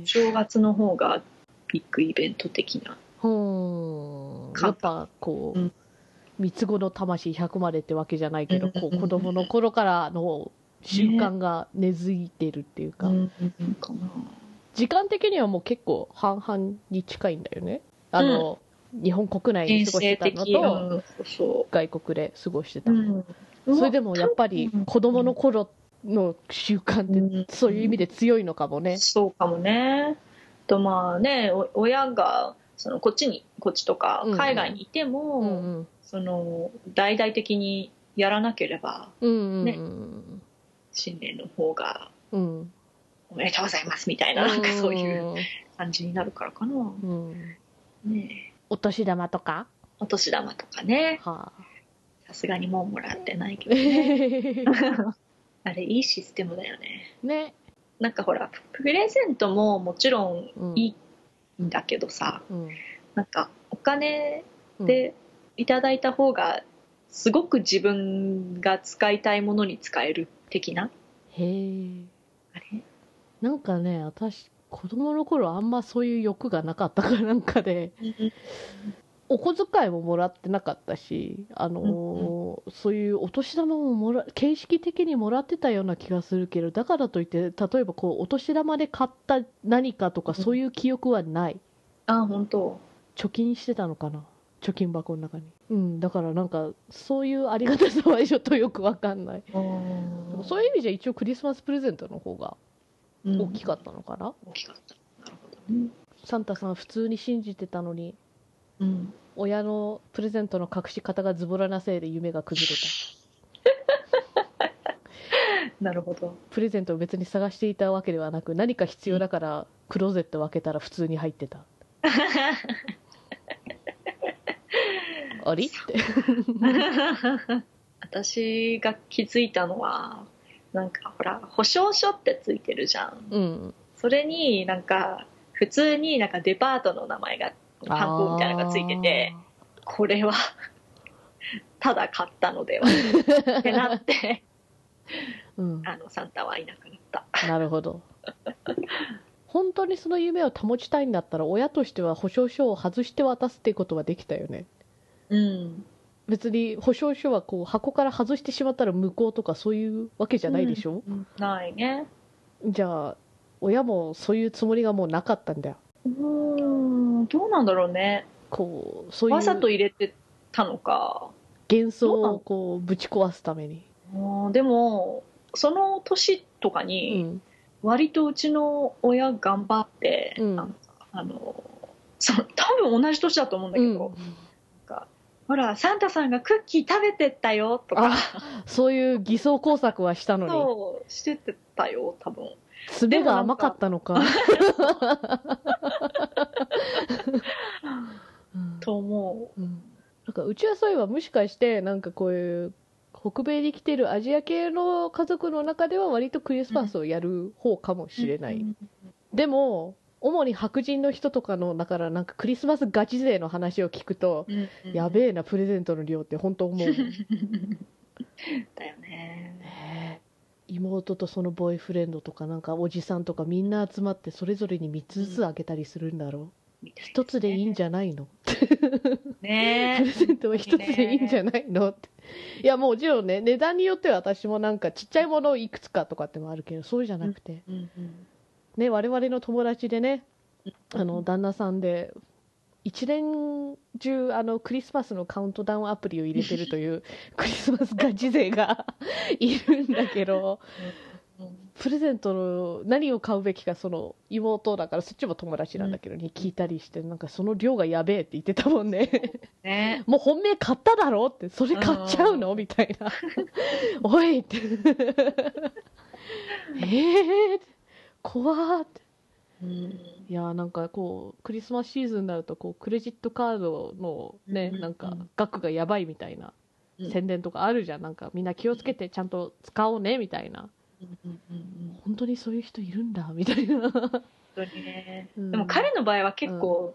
[SPEAKER 1] え
[SPEAKER 2] 正月の方がビッグイベント的な
[SPEAKER 1] ほーん
[SPEAKER 2] か
[SPEAKER 1] やっぱこう、
[SPEAKER 2] うん
[SPEAKER 1] 三つ子の魂100までってわけじゃないけど、こ
[SPEAKER 2] うんうんう
[SPEAKER 1] うん子供の頃からの習慣が根付いてるっていうか、
[SPEAKER 2] うんうんかな
[SPEAKER 1] 時間的にはもう結構半々に近いんだよねあの、日本国内に
[SPEAKER 2] 人
[SPEAKER 1] 過ごして
[SPEAKER 2] 生
[SPEAKER 1] た
[SPEAKER 2] 的
[SPEAKER 1] の
[SPEAKER 2] う
[SPEAKER 1] と、
[SPEAKER 2] んそうそ
[SPEAKER 1] 外国で過ごしてた
[SPEAKER 2] う、
[SPEAKER 1] の、
[SPEAKER 2] うん
[SPEAKER 1] それでもやっぱり子供の頃の習慣って、
[SPEAKER 2] うん
[SPEAKER 1] そういう意味で強いのかもね、
[SPEAKER 2] そうかもね。とまあねお親がそのこっちにこっちとか
[SPEAKER 1] うんうん
[SPEAKER 2] 海外にいても、
[SPEAKER 1] うんうん
[SPEAKER 2] その大々的にやらなければ
[SPEAKER 1] うんうん
[SPEAKER 2] ね
[SPEAKER 1] うん
[SPEAKER 2] 新年の方が
[SPEAKER 1] うん
[SPEAKER 2] おめでとうございますみたいななんかそういう
[SPEAKER 1] う
[SPEAKER 2] 感じになるからかな。
[SPEAKER 1] んうん
[SPEAKER 2] ねえ
[SPEAKER 1] お年玉とか
[SPEAKER 2] お年玉とかね
[SPEAKER 1] はあ
[SPEAKER 2] さすがにもうもらってないけ どね
[SPEAKER 1] ね
[SPEAKER 2] あれいいシステムだよね。
[SPEAKER 1] ね、
[SPEAKER 2] なんかほらプレゼントももちろん
[SPEAKER 1] うん
[SPEAKER 2] いいんだけどさ
[SPEAKER 1] うん
[SPEAKER 2] なんかお金
[SPEAKER 1] うん
[SPEAKER 2] でいただいた方がすごく自分が使いたいものに使える的な
[SPEAKER 1] へえ
[SPEAKER 2] あれ
[SPEAKER 1] なんかね私子供の頃あんまそういう欲がなかったから なんかでお小遣いももらってなかったしあのーそういうお年玉ももら形式的にもらってたような気がするけどだからといって例えばこうお年玉で買った何かとかそういう記憶はない
[SPEAKER 2] あ本当
[SPEAKER 1] 貯金してたのかな貯金箱の中にうんだからなんかそういうありがたさはちょっとよくわかんないそういう意味じゃ一応クリスマスプレゼントの方が
[SPEAKER 2] うん
[SPEAKER 1] 大きかったのかな、
[SPEAKER 2] 大きかったなるほどね
[SPEAKER 1] サンタさん普通に信じてたのに
[SPEAKER 2] うん
[SPEAKER 1] 親のプレゼントの隠し方がズボラなせいで夢が崩れた
[SPEAKER 2] なるほ ど
[SPEAKER 1] プレゼントを別に探していたわけではなく何か必要だからクローゼットを開けたら普通に入って たあれって
[SPEAKER 2] 私が気づいたのはなんかほら保証書ってついてるじゃん
[SPEAKER 1] うん
[SPEAKER 2] それになんか普通になんかデパートの名前がハンコみたいなのがついててこれは ただ買ったので はってなって
[SPEAKER 1] あーうん
[SPEAKER 2] あのサンタはいなくなった
[SPEAKER 1] なるほど本当にその夢を保ちたいんだったら親としては保証書を外して渡すってことはできたよね
[SPEAKER 2] うん
[SPEAKER 1] 別に保証書はこう箱から外してしまったら無効とかそういうわけじゃないでしょ、
[SPEAKER 2] ないね
[SPEAKER 1] じゃあ親もそういうつもりがもうなかったんだよ
[SPEAKER 2] うーんどうなんだろうね
[SPEAKER 1] こうそういう
[SPEAKER 2] わざと入れてたのか
[SPEAKER 1] 幻想をこうぶち壊すために、
[SPEAKER 2] うんでもその年とか
[SPEAKER 1] う
[SPEAKER 2] に
[SPEAKER 1] ん、
[SPEAKER 2] 割とうちの親頑張って、
[SPEAKER 1] うん
[SPEAKER 2] あのあのそう多分同じ年だと思うんだけど、なんかほらサンタさんがクッキー食べてったよとか
[SPEAKER 1] そういう偽装工作はしたの
[SPEAKER 2] そうしてってたよ多分
[SPEAKER 1] に爪が甘かったのか うん
[SPEAKER 2] と思
[SPEAKER 1] うんなんかうちはそういえばもしかしてなんかこういう北米に来てるアジア系の家族の中では割とクリスマスをやる方かも
[SPEAKER 2] う
[SPEAKER 1] しれない、
[SPEAKER 2] うん
[SPEAKER 1] でも主に白人の人とかのだからなんかクリスマスガチ勢の話を聞くと、
[SPEAKER 2] うんうん
[SPEAKER 1] やべえなプレゼントの量って本当思う
[SPEAKER 2] だよね
[SPEAKER 1] ねえ妹とそのボーイフレンドとかなんかおじさんとかみんな集まってそれぞれに3つずつあげたりするんだろ
[SPEAKER 2] みた
[SPEAKER 1] う
[SPEAKER 2] い
[SPEAKER 1] 1つでいいんじゃないのプレ
[SPEAKER 2] ね
[SPEAKER 1] ゼントは一つでいいんじゃないのっていやもちろんね値段によっては私もなんかちっちゃいものをいくつかとかってもあるけどそうじゃなくて、
[SPEAKER 2] うんうん
[SPEAKER 1] ね我々の友達でねあの旦那さんで一年中あのクリスマスのカウントダウンアプリを入れてるというクリスマスガチ勢が いるんだけど
[SPEAKER 2] うん
[SPEAKER 1] プレゼントの何を買うべきかその妹だからそっちも友達なんだけどに聞いたりしてなんかその量がやべえって言ってたもんね。
[SPEAKER 2] ね
[SPEAKER 1] もう本命買っただろってそれ買っちゃうのみたいな おいって ええ怖ーって
[SPEAKER 2] うん
[SPEAKER 1] いやーなんかこうクリスマスシーズンになるとこうクレジットカードのね
[SPEAKER 2] うんうんうん
[SPEAKER 1] なんか額がやばいみたいな
[SPEAKER 2] うん
[SPEAKER 1] 宣伝とかあるじゃんなんかみんな気をつけてちゃんと使おうねみたいな
[SPEAKER 2] うんうんうん
[SPEAKER 1] 本当にそういう人いるんだみたいな
[SPEAKER 2] 本当にね、
[SPEAKER 1] うん
[SPEAKER 2] でも彼の場合は結構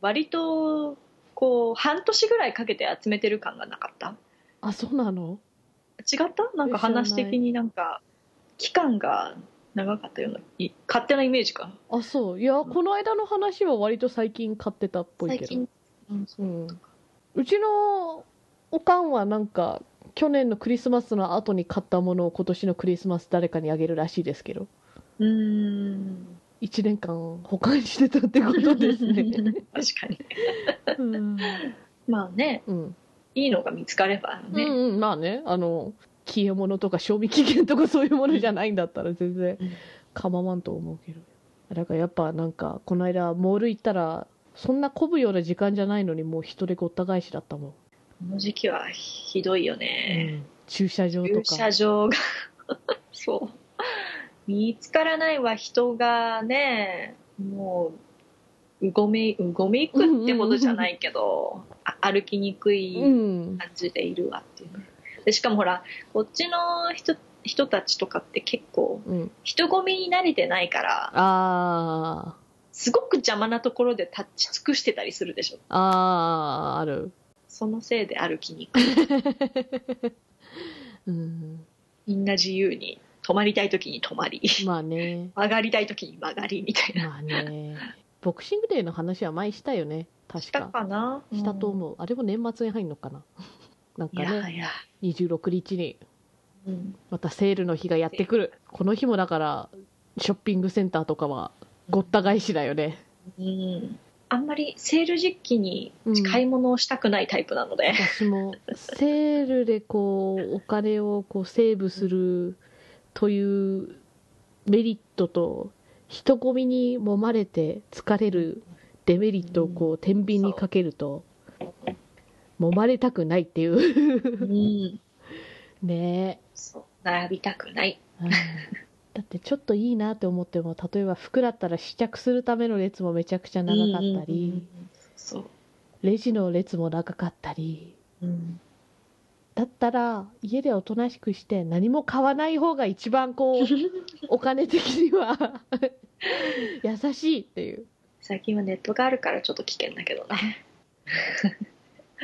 [SPEAKER 2] 割とこう半年ぐらいかけて集めてる感がなかった
[SPEAKER 1] あそうなの
[SPEAKER 2] 違ったなんか話的になんか期間が長かったようない勝手なイメージか
[SPEAKER 1] あそういやこの間の話は割と最近買ってたっぽい
[SPEAKER 2] 最
[SPEAKER 1] けど、
[SPEAKER 2] 近、うんそううん
[SPEAKER 1] うちのおかんはなんか去年のクリスマスの後に買ったものを今年のクリスマス誰かにあげるらしいですけど
[SPEAKER 2] うーん
[SPEAKER 1] 1年間保管してたってことですね
[SPEAKER 2] 確かに
[SPEAKER 1] うん、
[SPEAKER 2] まあね
[SPEAKER 1] うん
[SPEAKER 2] いいのが見つかれば
[SPEAKER 1] う
[SPEAKER 2] ね、
[SPEAKER 1] んうんまあねあの消え物とか賞味期限とかそういうものじゃないんだったら全然
[SPEAKER 2] うん
[SPEAKER 1] 構わんと思うけどだからやっぱなんかこの間モール行ったらそんな混むような時間じゃないのにもう人でごった返しだったもん、
[SPEAKER 2] この時期はひどいよ
[SPEAKER 1] う
[SPEAKER 2] ね、
[SPEAKER 1] ん駐車場と
[SPEAKER 2] 駐
[SPEAKER 1] か
[SPEAKER 2] 車場 がそう見つからないは人がねもううごめいうごめくってことじゃないけど、あ歩きにくい、
[SPEAKER 1] うん
[SPEAKER 2] 感じでいるわっていうねでしかもほらこっちの人人たちとかって結構
[SPEAKER 1] うん、
[SPEAKER 2] 人混みに慣れてないから
[SPEAKER 1] あー
[SPEAKER 2] すごく邪魔なところで立ち尽くしてたりするでしょ
[SPEAKER 1] あーある
[SPEAKER 2] そのせいで歩きに行く。
[SPEAKER 1] うん、
[SPEAKER 2] みんな自由に、止まりたい時に止まり、
[SPEAKER 1] まあね
[SPEAKER 2] 曲がりたい時に曲がりみたいな。
[SPEAKER 1] まあねボクシングデーの話は前したよね確
[SPEAKER 2] した
[SPEAKER 1] か
[SPEAKER 2] かな
[SPEAKER 1] したと思う、あれも年末に入るのかななん
[SPEAKER 2] うん。
[SPEAKER 1] か
[SPEAKER 2] いや
[SPEAKER 1] ね
[SPEAKER 2] いや。
[SPEAKER 1] 26日に
[SPEAKER 2] うん。
[SPEAKER 1] またセールの日がやってくるこの日もだからショッピングセンターとかはごった返しだよね
[SPEAKER 2] うん。あんまりセール時期に
[SPEAKER 1] うん
[SPEAKER 2] 買い物をしたくないタイプなので。
[SPEAKER 1] 私もセールでこうお金をこうセーブするというメリットと人混みに揉まれて疲れるデメリットをこう天秤にかけると揉まれたくないっていう
[SPEAKER 2] うん。
[SPEAKER 1] ね
[SPEAKER 2] そう。並びたくない。
[SPEAKER 1] え、うんだってちょっといいなって思っても例えば服だったら試着するための列もめちゃくちゃ長かった
[SPEAKER 2] うんうんう
[SPEAKER 1] り
[SPEAKER 2] ん。そう。
[SPEAKER 1] レジの列も長かったり
[SPEAKER 2] うん。
[SPEAKER 1] だったら家でおとなしくして何も買わない方が一番こうお金的には 優しいっていう
[SPEAKER 2] 最近はネットがあるからちょっと危険だけどね。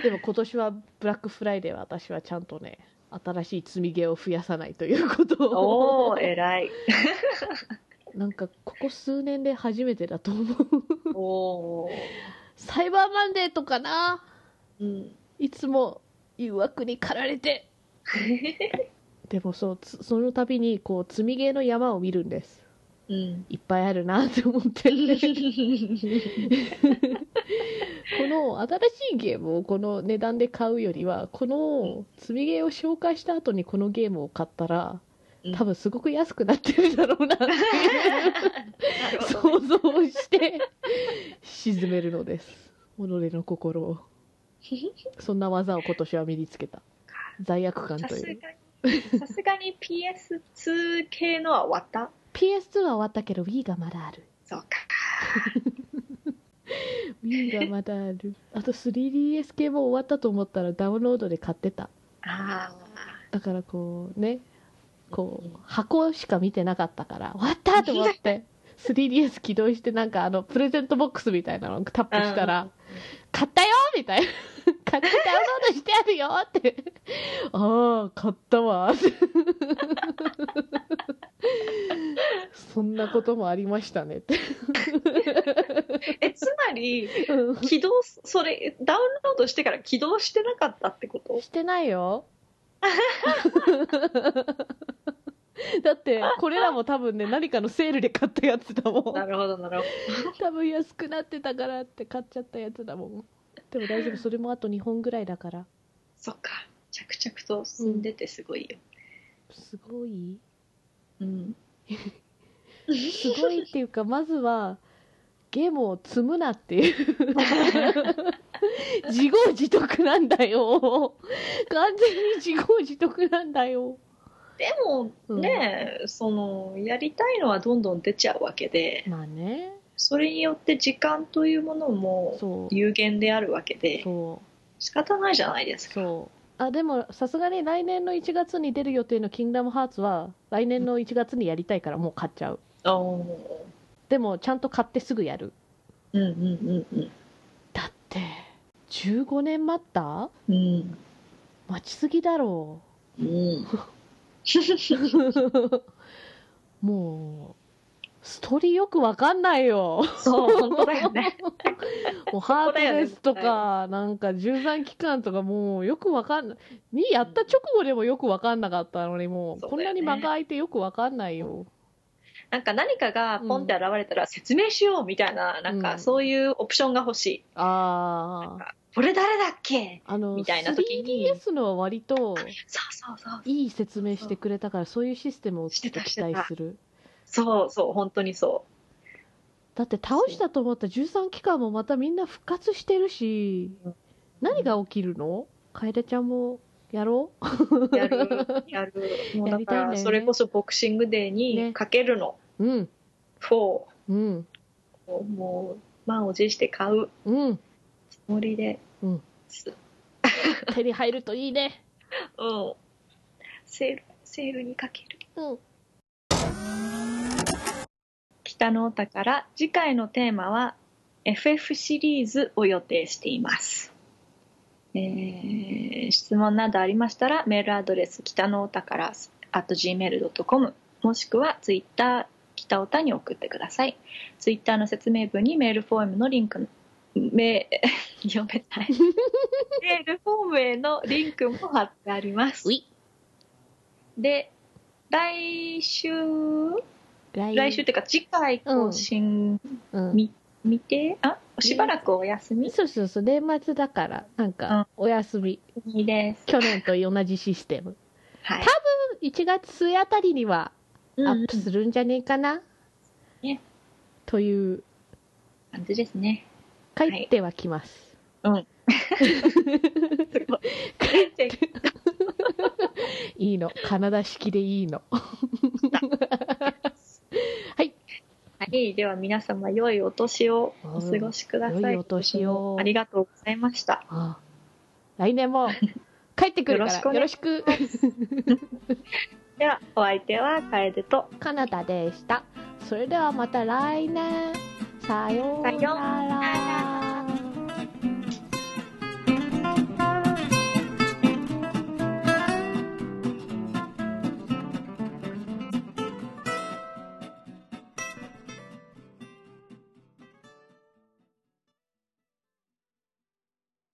[SPEAKER 1] でも今年はブラックフライデーは私はちゃんとね新しい積み毛を増やさないということを
[SPEAKER 2] おお、偉い。
[SPEAKER 1] なんかここ数年で初めてだと思う
[SPEAKER 2] おお。
[SPEAKER 1] サイバーマンデーとかな
[SPEAKER 2] うん。
[SPEAKER 1] いつも誘惑に駆られてでもそうつその度にこう積み毛の山を見るんです
[SPEAKER 2] うん。
[SPEAKER 1] いっぱいあるなって思ってこの新しいゲームをこの値段で買うよりはこの積みゲーを紹介した後にこのゲームを買ったら多分すごく安くなってるだろうなって
[SPEAKER 2] なるほどね
[SPEAKER 1] 想像をして沈めるのです己の心をそんな技を今年は身につけた罪悪感
[SPEAKER 2] さ
[SPEAKER 1] と
[SPEAKER 2] す
[SPEAKER 1] いう
[SPEAKER 2] がに、さすがに PS2 系のは終わった
[SPEAKER 1] PS2 は終わったけど Wii がまだあ る
[SPEAKER 2] そうか。
[SPEAKER 1] Wii がまだあるあと 3DS 系も終わったと思ったらダウンロードで買ってた
[SPEAKER 2] あ
[SPEAKER 1] だからこうねこう
[SPEAKER 2] うん
[SPEAKER 1] 箱しか見てなかったから終わったと思って 3DS 起動してなんかあのプレゼントボックスみたいなのタップしたら「買ったよ!」みたいな「買ってダウンロードしてあるよ!」って「ああ買ったわ」ってそんなこともありましたねって
[SPEAKER 2] あ。え、つま り、
[SPEAKER 1] うん
[SPEAKER 2] 起動、それ、ダウンロードしてから起動してなかったってこと
[SPEAKER 1] してないよだってこれらも多分ね何かのセールで買ったやつだもん
[SPEAKER 2] なるほど、なるほ
[SPEAKER 1] 多分安くなってたからって買っちゃったやつだもんでも大丈夫それもあと2本ぐらいだから
[SPEAKER 2] ど。そっか。着々と進んでてすごいよ。
[SPEAKER 1] すごい
[SPEAKER 2] うん。
[SPEAKER 1] すごいっていうかまずはゲームを積むなっていう自業自得なんだよ完全に自業自得なんだよ、
[SPEAKER 2] でも
[SPEAKER 1] うん
[SPEAKER 2] ね、その、やりたいのはどんどん出ちゃうわけで、
[SPEAKER 1] まあね
[SPEAKER 2] それによって時間というものも
[SPEAKER 1] そう
[SPEAKER 2] 有限であるわけで、
[SPEAKER 1] そう
[SPEAKER 2] 仕方ないじゃないですか。
[SPEAKER 1] そうあでもさすがに来年の1月に出る予定の「キングダムハーツ」は来年の1月にやりたいからもう買っちゃう
[SPEAKER 2] お
[SPEAKER 1] でもちゃんと買ってすぐやる
[SPEAKER 2] ーうんうんうん
[SPEAKER 1] だって15年待った
[SPEAKER 2] うん。うん。
[SPEAKER 1] 待ちすぎだろ
[SPEAKER 2] うん。
[SPEAKER 1] うもうストーリーよくわかんない よ
[SPEAKER 2] そう、本当だよね。
[SPEAKER 1] もうハート
[SPEAKER 2] だよね
[SPEAKER 1] レスとか、なんか13期間とかもうよくわかんないにやった直後でもよくわかんなかったのにもう
[SPEAKER 2] そう
[SPEAKER 1] こん
[SPEAKER 2] だ
[SPEAKER 1] な
[SPEAKER 2] よね
[SPEAKER 1] に間が空いてよくわかんないよ
[SPEAKER 2] なんか何かがポンって現れたら説明しようみたいな、なん
[SPEAKER 1] うん
[SPEAKER 2] かそういうオプションが欲しい。
[SPEAKER 1] ああ
[SPEAKER 2] これ誰だっけ
[SPEAKER 1] あの
[SPEAKER 2] みたいな時に
[SPEAKER 1] 3DS のは割と
[SPEAKER 2] そうそうそう。
[SPEAKER 1] いい説明してくれたからそういうシステムをちょっと
[SPEAKER 2] して
[SPEAKER 1] 期
[SPEAKER 2] たしてた
[SPEAKER 1] 待する
[SPEAKER 2] そうそう、本当にそ
[SPEAKER 1] だって倒したと思った13期間もまたみんな復活してるし
[SPEAKER 2] うん
[SPEAKER 1] 何が起きるの楓ちゃんもやろう
[SPEAKER 2] う。やる、やる。もう
[SPEAKER 1] や
[SPEAKER 2] だ
[SPEAKER 1] り
[SPEAKER 2] か
[SPEAKER 1] たいんだよ
[SPEAKER 2] ら、
[SPEAKER 1] ね
[SPEAKER 2] それこそボクシングデーに
[SPEAKER 1] ね
[SPEAKER 2] かけるの。
[SPEAKER 1] うん
[SPEAKER 2] 4を
[SPEAKER 1] うん
[SPEAKER 2] もう、満を持して買う
[SPEAKER 1] うん
[SPEAKER 2] つもりで。
[SPEAKER 1] うん
[SPEAKER 2] すうん。
[SPEAKER 1] 手に入るといいね
[SPEAKER 2] セール、セールにかける。
[SPEAKER 1] うん
[SPEAKER 2] 北のお宝、次回のテーマは、FF シリーズを予定しています。えー質問などありましたらメールアドレス北のおたから gmail.com もしくはツイッター北おたに送ってくださいツイッターの説明文にメールフォームのリンクめ 読め ないメールフォームへのリンクも貼ってあります
[SPEAKER 1] うい
[SPEAKER 2] で来週
[SPEAKER 1] 来
[SPEAKER 2] 来週っていうか次回更新
[SPEAKER 1] うん
[SPEAKER 2] 見,、見てあしばらくお休み
[SPEAKER 1] そうそうそう年末だからなんかお休み、
[SPEAKER 2] です
[SPEAKER 1] 去年と同じシステム
[SPEAKER 2] はい
[SPEAKER 1] 1月末あたりにはア
[SPEAKER 2] うん
[SPEAKER 1] ップするんじゃねえかな、
[SPEAKER 2] ね
[SPEAKER 1] という
[SPEAKER 2] 感じですね
[SPEAKER 1] 書いてはきます、い、いのカナダ式でいいの
[SPEAKER 2] はい、では皆様良いお年をお過ごしくだ
[SPEAKER 1] うん良
[SPEAKER 2] さい。
[SPEAKER 1] いお年を
[SPEAKER 2] ありがとうございました。
[SPEAKER 1] ああ来年 も帰ってくるからよ
[SPEAKER 2] よ
[SPEAKER 1] ろ
[SPEAKER 2] ろ
[SPEAKER 1] しく
[SPEAKER 2] ではお相手は楓と
[SPEAKER 1] カナダでしたそれではまた来年さよう
[SPEAKER 2] さような
[SPEAKER 1] なら